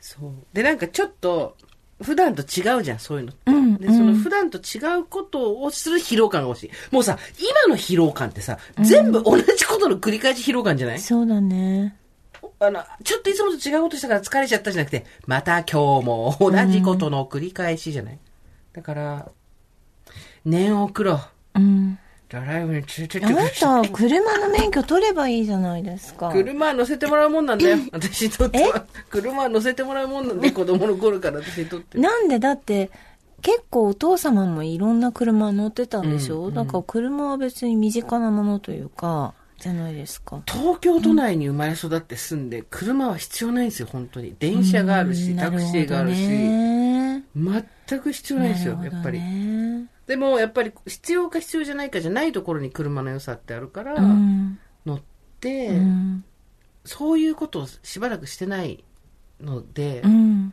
Speaker 2: そう。で、なんかちょっと、普段と違うじゃん、そういうのって。
Speaker 3: ん
Speaker 2: で、その普段と違うことをする疲労感が欲しい。もうさ、今の疲労感ってさ、全部同じことの繰り返し疲労感じゃない、
Speaker 3: そうだね。
Speaker 2: あの、ちょっといつもと違うことしたから疲れちゃったじゃなくて、また今日も同じことの繰り返しじゃない、だから、念を送ろう。
Speaker 3: うん。
Speaker 2: ドライブに連れてっ
Speaker 3: あ
Speaker 2: てくれ
Speaker 3: なた、車の免許取ればいいじゃないですか。
Speaker 2: 車乗せてもらうもんなんだよ。私にとっては。車乗せてもらうもんなんで、子供の頃から私にとって。
Speaker 3: なんでだって、結構お父様もいろんな車乗ってたんでしょ、だから車は別に身近なものというか、じゃないですか。
Speaker 2: 東京都内に生まれ育って住んで、車は必要ないんですよ、本当に。電車があるし、タクシーがあるし、
Speaker 3: し。
Speaker 2: 全く必要ないですよ、やっぱり。でも、やっぱり必要か必要じゃないかじゃないところに車の良さってあるから、
Speaker 3: うん
Speaker 2: 乗って、
Speaker 3: うん
Speaker 2: そういうことをしばらくしてないので
Speaker 3: う、
Speaker 2: [LAUGHS]
Speaker 3: ん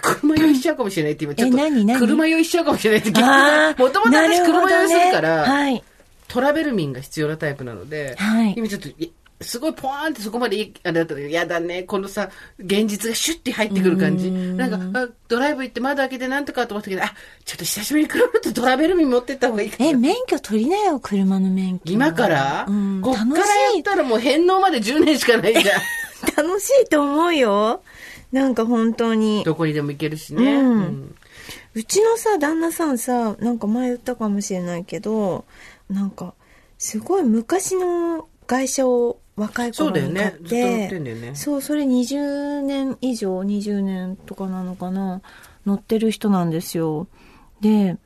Speaker 2: 車酔いしちゃうかもしれないって今、ちょっ
Speaker 3: え何何
Speaker 2: と、車酔いしちゃうかもしれないって逆
Speaker 3: あ
Speaker 2: に、
Speaker 3: ー
Speaker 2: もともと
Speaker 3: な
Speaker 2: 私
Speaker 3: るほど
Speaker 2: 車
Speaker 3: ね
Speaker 2: 酔いするから、
Speaker 3: はい。
Speaker 2: トラベル民が必要なタイプなので、
Speaker 3: はい
Speaker 2: 今ちょっといすごいポワーンってそこまでいいあれだったけどやだねこのさ現実がシュッて入ってくる感じなんかあドライブ行って窓開けてなんとかと思ったけどあちょっと久しぶりに車とトラベル民持ってった方がいいかな
Speaker 3: え、免許取りなよ、車の免許。
Speaker 2: 今から、
Speaker 3: うん、
Speaker 2: こっからや
Speaker 3: 楽し
Speaker 2: っ
Speaker 3: い。
Speaker 2: たらもう返納まで10年しかない
Speaker 3: [LAUGHS]
Speaker 2: じゃん
Speaker 3: 楽しいと思うよ。なんか本当に。
Speaker 2: どこにでも行けるしね、
Speaker 3: うん
Speaker 2: うん
Speaker 3: うちのさ、旦那さんさ、なんか前言ったかもしれないけど、なんか、すごい昔の会社を若い
Speaker 2: そ
Speaker 3: 頃
Speaker 2: うだよ
Speaker 3: に買っ
Speaker 2: ね
Speaker 3: て。
Speaker 2: ずっと乗ってんだよね
Speaker 3: そう、それ20年以上、20年とかなのかな、乗ってる人なんですよ。で、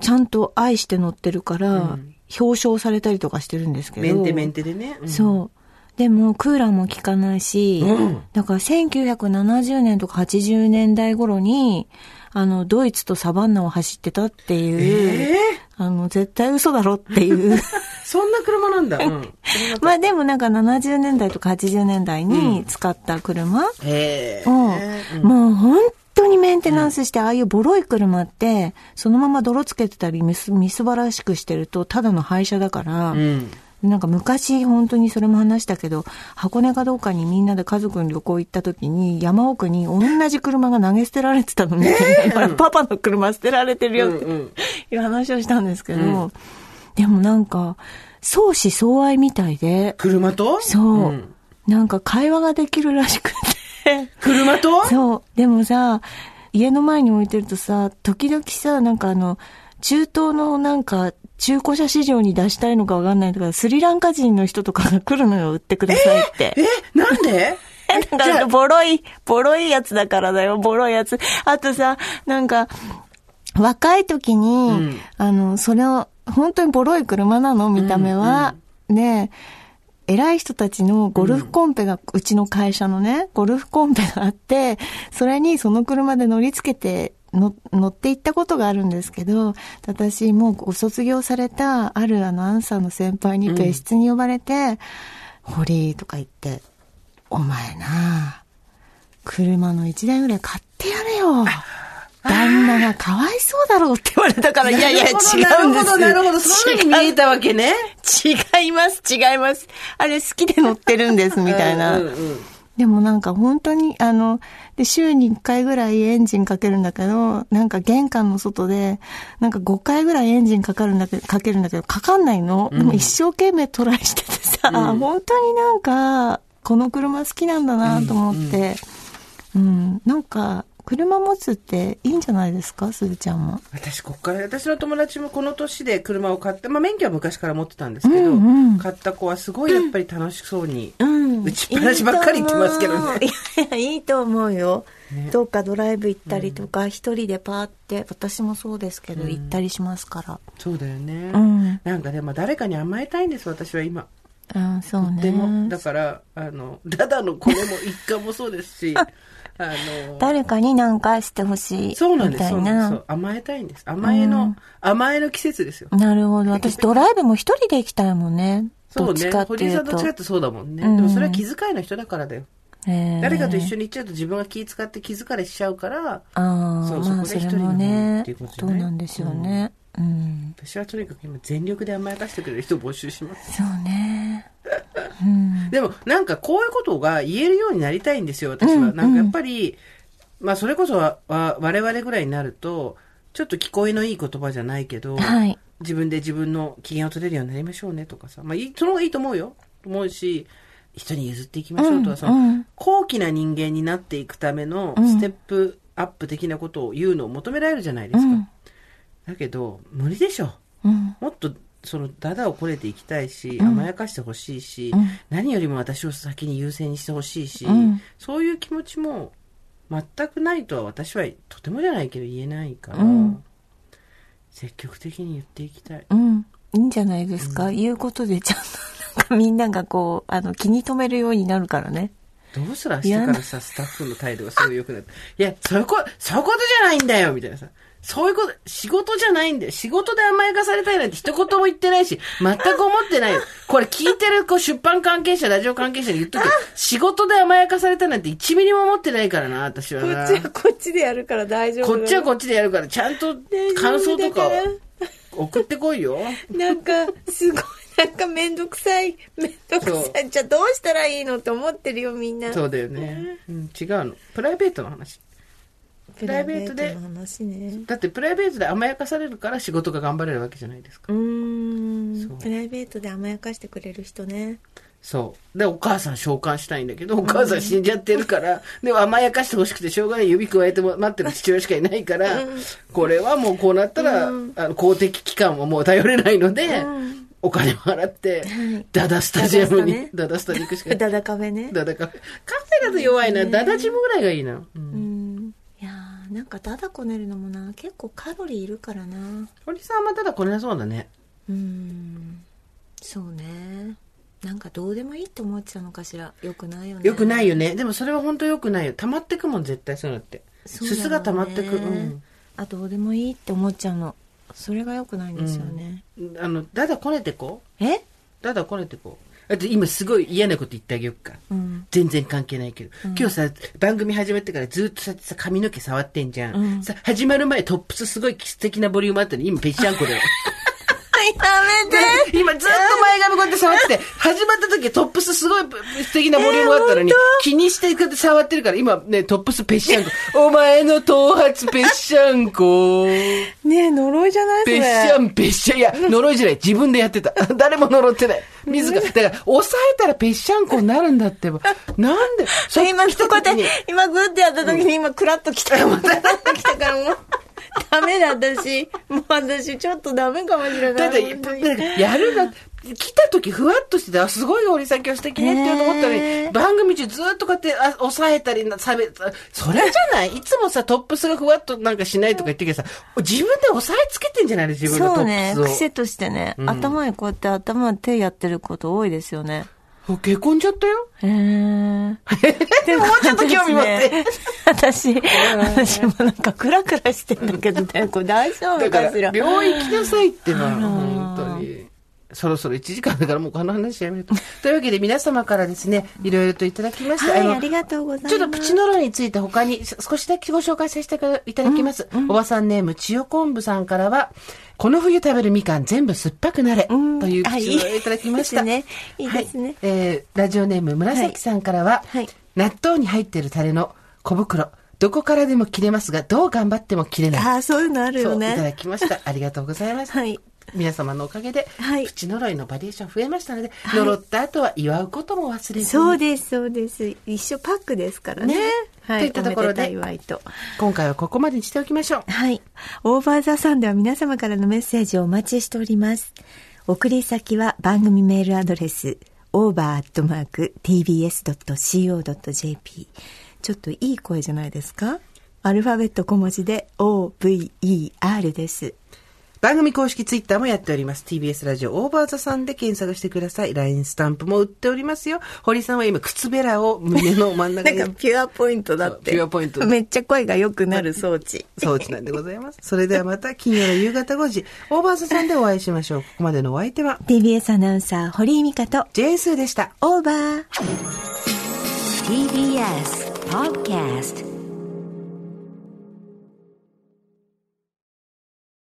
Speaker 3: ちゃんと愛して乗ってるから、
Speaker 2: うん
Speaker 3: 表彰されたりとかしてるんですけど。
Speaker 2: メンテメンテでね、うん
Speaker 3: そう。でも、クーラーも効かないし、
Speaker 2: うん
Speaker 3: だから1970年とか80年代頃に、あの、ドイツとサバンナを走ってたっていう、
Speaker 2: ええ
Speaker 3: あの、絶対嘘だろっていう。 [LAUGHS]
Speaker 2: そんな車なんだ、うん、
Speaker 3: まあでもなんか70年代とか80年代に使った車、
Speaker 2: ええ
Speaker 3: うん、もう本当にメンテナンスして、ああいうボロい車って、そのまま泥つけてたり、みす、みすばらしくしてると、ただの廃車だから、
Speaker 2: うん
Speaker 3: なんか昔、本当にそれも話したけど、箱根かどうかにみんなで家族に旅行行った時に、山奥に同じ車が投げ捨てられてたのね。 [LAUGHS] パパの車捨てられてるよって、
Speaker 2: うんうん
Speaker 3: いう話をしたんですけど、でもなんか、相思相愛みたいで、
Speaker 2: 車と
Speaker 3: そう、
Speaker 2: ん
Speaker 3: なんか会話ができるらしくて、
Speaker 2: 車と
Speaker 3: そう。でもさ、家の前に置いてるとさ、時々さ、なんかあの、中東のなんか、中古車市場に出したいのかわかんないとか、スリランカ人の人とかが来るのよ、売ってくださいって。
Speaker 2: えなんで
Speaker 3: [LAUGHS] なんかあの、ボロい、ボロいやつだからだよ、ボロいやつ。あとさ、なんか、若い時に、
Speaker 2: ん
Speaker 3: あの、それを、本当にボロい車なの、見た目は。ねえ偉い人たちのゴルフコンペが、うちの会社のね、ゴルフコンペがあって、それにその車で乗り付けて、の乗って行ったことがあるんですけど、私もうご卒業された、あるあのアンサーの先輩に別室に呼ばれて、堀井とか言って、お前なあ車の一台ぐらい買ってやれよ。旦那がかわいそうだろうって言われたから、いやいや、違うんです。
Speaker 2: なるほど、なるほど。そんなに見
Speaker 3: 違
Speaker 2: えたわけね。
Speaker 3: う違います、違います。あれ好きで乗ってるんです、みたいな。
Speaker 2: うんうん
Speaker 3: でもなんか本当に、あの、で、週に1回ぐらいエンジンかけるんだけど、なんか玄関の外で、なんか5回ぐらいエンジンかかるんだけど、かけるんだけど、かかんないの。でも一生懸命トライしててさ、本当になんか、この車好きなんだなと思って、うん、なんか、車持つっていいんじゃないですか、すずちゃんも。
Speaker 2: 私、こっから、私の友達もこの年で車を買って、まあ、免許は昔から持ってたんですけど、
Speaker 3: うんうん
Speaker 2: 買った子はすごいやっぱり楽しそうに。
Speaker 3: うん
Speaker 2: 打ちっぱなしばっかり言ってますけどね
Speaker 3: いいと思ういやいや、いいと思うよ。どっかドライブ行ったりとか、一、人でパーって、私もそうですけど、行ったりしますから。
Speaker 2: そうだよね。
Speaker 3: うん
Speaker 2: なんかでも誰かに甘えたいんです、私は今。
Speaker 3: うん、そうね。
Speaker 2: でも、だから、あの、ダダの子供も一家もそうです
Speaker 3: [LAUGHS]
Speaker 2: し、あの、
Speaker 3: 誰かに何かしてほしい。
Speaker 2: そうなんです、
Speaker 3: みた
Speaker 2: そう
Speaker 3: い
Speaker 2: なん
Speaker 3: な。
Speaker 2: です。そう甘えたいんです。甘えの、甘えの季節ですよ。
Speaker 3: なるほど。私、ドライブも一人で行きたいもんね。
Speaker 2: そう
Speaker 3: どっ
Speaker 2: ね
Speaker 3: ちか。って
Speaker 2: 堀井
Speaker 3: い
Speaker 2: さ
Speaker 3: うん
Speaker 2: どっ
Speaker 3: と。
Speaker 2: ちかってそうだもんね。
Speaker 3: うん
Speaker 2: でもそれは気遣いの人だからだよ。
Speaker 3: えー
Speaker 2: 誰かと一緒に行っちゃうと自分が気遣って気疲れしちゃうから、
Speaker 3: ああ、
Speaker 2: そ
Speaker 3: ま
Speaker 2: う
Speaker 3: あ、
Speaker 2: そ
Speaker 3: そ
Speaker 2: こで一
Speaker 3: れ
Speaker 2: 人
Speaker 3: も
Speaker 2: になる
Speaker 3: ね
Speaker 2: っていうこと、じ
Speaker 3: ど
Speaker 2: ゃないう
Speaker 3: なんでしょうね。うん。
Speaker 2: 私はとにかく今全力で甘やかしてくれる人を募集します。
Speaker 3: そう
Speaker 2: [LAUGHS]
Speaker 3: ね。うん。
Speaker 2: でもなんかこういうことが言えるようになりたいんですよ、私は。
Speaker 3: うん
Speaker 2: なんかやっぱり、まあそれこそはわ我々ぐらいになると、ちょっと聞こえのいい言葉じゃないけど、
Speaker 3: はい。
Speaker 2: 自分で自分の機嫌を取れるようになりましょうねとかさ、まあいい、その方がいいと思うよ。思うし、人に譲っていきましょうとか、その、
Speaker 3: うん
Speaker 2: 高貴な人間になっていくための
Speaker 3: うん
Speaker 2: ステップアップ的なことを言うのを求められるじゃないですか。
Speaker 3: うん
Speaker 2: だけど、無理でしょ。
Speaker 3: うん。
Speaker 2: もっと、その、ダダをこねていきたいし、
Speaker 3: ん
Speaker 2: 甘やかしてほしいし、
Speaker 3: うん
Speaker 2: 何よりも私を先に優先にしてほしいし、
Speaker 3: うん
Speaker 2: そういう気持ちも全くないとは私はとてもじゃないけど言えないから、
Speaker 3: うん
Speaker 2: 積極的に言っていきたい。
Speaker 3: うん。いいんじゃないですか。言うことでちゃんと、なんかみんながこう、あの、気に留めるようになるからね。
Speaker 2: どうしたら明日からさ、スタッフの態度がすごい良くなって。いや、そういうこと、そういうことじゃないんだよみたいなさ。そういうこと、仕事じゃないんだよ。仕事で甘やかされたいなんて一言も言ってないし、全く思ってないよ。これ聞いてるこう出版関係者、ラジオ関係者に言っとくけど仕事で甘やかされたいなんて1ミリも思ってないからな、私は
Speaker 4: こ
Speaker 2: な
Speaker 4: っちはこっちでやるから大丈夫
Speaker 2: こっちは
Speaker 4: っ
Speaker 2: こっちでやるから、ちゃんと感想とか送ってこいよ。
Speaker 4: なんか、すごい、なんかめんどくさい、めんどくさい。じゃあどうしたらいいのって思ってるよ、みんな。
Speaker 2: そうだよね。うん、違うの。プライベートの話。
Speaker 4: プ
Speaker 2: ライベートで
Speaker 4: ライベの話ね。
Speaker 2: だってプライベートで甘やかされるから仕事が頑張れるわけじゃないですか。
Speaker 4: うー。
Speaker 2: そうん
Speaker 4: プライベートで甘やかしてくれる人ね。
Speaker 2: そう。で、お母さん召喚したいんだけど、お母さん死んじゃってるから、でも甘やかしてほしくてしょうがない指加えても待ってる父親しかいないから、これはもうこうなったら、あの公的機関はもう頼れないので、お金を払って、ダダスタジアムに、ダダスタに行くしかない。
Speaker 4: ダダカフェね。
Speaker 2: ダダカフェ。カフェだと弱いな。ダダジムぐらいがいいな。うん
Speaker 4: うん。いやーなんかダダこねるのもな、結構カロリーいるからな。
Speaker 2: 堀さんはただこれなそうだね。
Speaker 4: うーん。そうね。なんかどうでもいいって思っちゃうのかしら。よくないよね。。
Speaker 2: よくないいよね。でもそれは本当よくないよ。溜まってくもん、絶対そういうのって。す
Speaker 4: そうだろうね
Speaker 2: すが溜まってく。うん。
Speaker 4: あ、どうでもいいって思っちゃうの。それがよくないんですよね。
Speaker 2: あの、だだこねてこう。
Speaker 4: え
Speaker 2: だだこねてこう。だって今すごい嫌なこと言ってあげよっか。
Speaker 4: うん。
Speaker 2: 全然関係ないけど、今日さ、番組始まってからずっとさ、さ髪の毛触ってんじゃん。
Speaker 4: うん
Speaker 2: さ、始まる前トップスすごい素敵なボリュームあったのに、今ぺちゃんこだよ。
Speaker 4: やめて
Speaker 2: で今ずっと前髪こうやって触ってて、始まった時トップスすごい素敵なボリュームあったのに、気にしてこうやって触ってるから、今ね、トップスぺっしゃんこ。お前の頭髪ぺっしゃんこ。
Speaker 4: ねえ、呪いじゃないそ
Speaker 2: ぺ
Speaker 4: れ
Speaker 2: っしゃんぺっしゃん。いや、呪いじゃない。自分でやってた。 [LAUGHS] 誰も呪ってない。自ら。だから、抑えたらぺっしゃんこになるんだってば。なんで、
Speaker 4: [LAUGHS]
Speaker 2: そ
Speaker 4: 今、そこで
Speaker 2: に、
Speaker 4: 今、グッてやった時に、今、クラッと来た。また、クラッと来たから、もう、ダメだ、私。もう、私、ちょっとダメかもしれない。
Speaker 2: だって、
Speaker 4: 本当に
Speaker 2: やるな。来た時ふわっとしてた。あすごい堀さん今日素敵ねって言うと思ったのに、
Speaker 4: へー
Speaker 2: 番組中ずっとこうやってあ抑えたりな、さべ、それじゃないいつもさ、トップスがふわっとなんかしないとか言ってるけどさ、自分で押さえつけてんじゃないの自分の
Speaker 3: そ
Speaker 2: ト
Speaker 3: う
Speaker 2: ッ
Speaker 3: ね。
Speaker 2: プスを。
Speaker 3: 癖としてね、頭にこうやって頭に手やってること多いですよね。
Speaker 2: お結婚ちゃったよ。
Speaker 3: へ [LAUGHS] ー。
Speaker 2: もうちょっと興味持って。
Speaker 3: 私、私もなんかクラクラしてんだけどね、これ大丈夫
Speaker 2: だか
Speaker 3: かし
Speaker 2: ら、 [LAUGHS]
Speaker 3: ら。
Speaker 2: 病院行きなさいってば、
Speaker 3: ら
Speaker 2: 本当に。そろそろ1時間だからもうこの話やめると。 [LAUGHS] というわけで皆様からですね、いろいろといただきました。
Speaker 3: はい、
Speaker 2: の
Speaker 3: ありがとうございます。
Speaker 2: ちょっとプチノロについて他にす少しだけご紹介させていただきます。おばさんネーム、千代昆布さんからは、この冬食べるみかん全部酸っぱくなれ、
Speaker 3: うん
Speaker 2: というプ
Speaker 3: あ
Speaker 2: チノロをいただきました。
Speaker 3: いいですね。いいです
Speaker 2: は
Speaker 3: ね
Speaker 2: い。えーラジオネーム、紫さんからは、
Speaker 3: はいはい
Speaker 2: 納豆に入ってるタレの小袋、どこからでも切れますが、どう頑張っても切れない。
Speaker 3: ああ、そういうのある
Speaker 2: そ
Speaker 3: よ
Speaker 2: ういただ
Speaker 3: ね。
Speaker 2: きました。ありがとうございます。
Speaker 3: はい
Speaker 2: 皆様のおかげで、
Speaker 3: はい
Speaker 2: プチ呪いのバリエーション増えましたので、呪った後は祝うことも忘れずに。
Speaker 3: そうです、そうです。一緒パックですからね。
Speaker 2: ね
Speaker 3: は
Speaker 2: と
Speaker 3: い、
Speaker 2: いったところで
Speaker 3: おめでたい祝いと。
Speaker 2: 今回はここまでにしておきましょう。
Speaker 3: はい。オーバーザさんでは皆様からのメッセージをお待ちしております。送り先は番組メールアドレス、over.tbs.co.jp。ちょっといい声じゃないですかアルファベット小文字で over です。
Speaker 2: 番組公式ツイッターもやっております。TBS ラジオオーバーザさんで検索してください。LINE スタンプも売っておりますよ。堀さんは今、靴べらを胸の真ん中
Speaker 3: なんか
Speaker 2: に
Speaker 3: ピュアポイントだって。
Speaker 2: そうピュアポイント
Speaker 3: めっちゃ声が良くなる装置。
Speaker 2: 装置なんでございます。それではまた金曜の夕方5時、オーバーザさんでお会いしましょう。ここまでのお相手は、
Speaker 3: TBS アナウンサー、堀井美香と、
Speaker 2: ジェーンスーでした。
Speaker 3: オーバー。
Speaker 1: TBS Podcast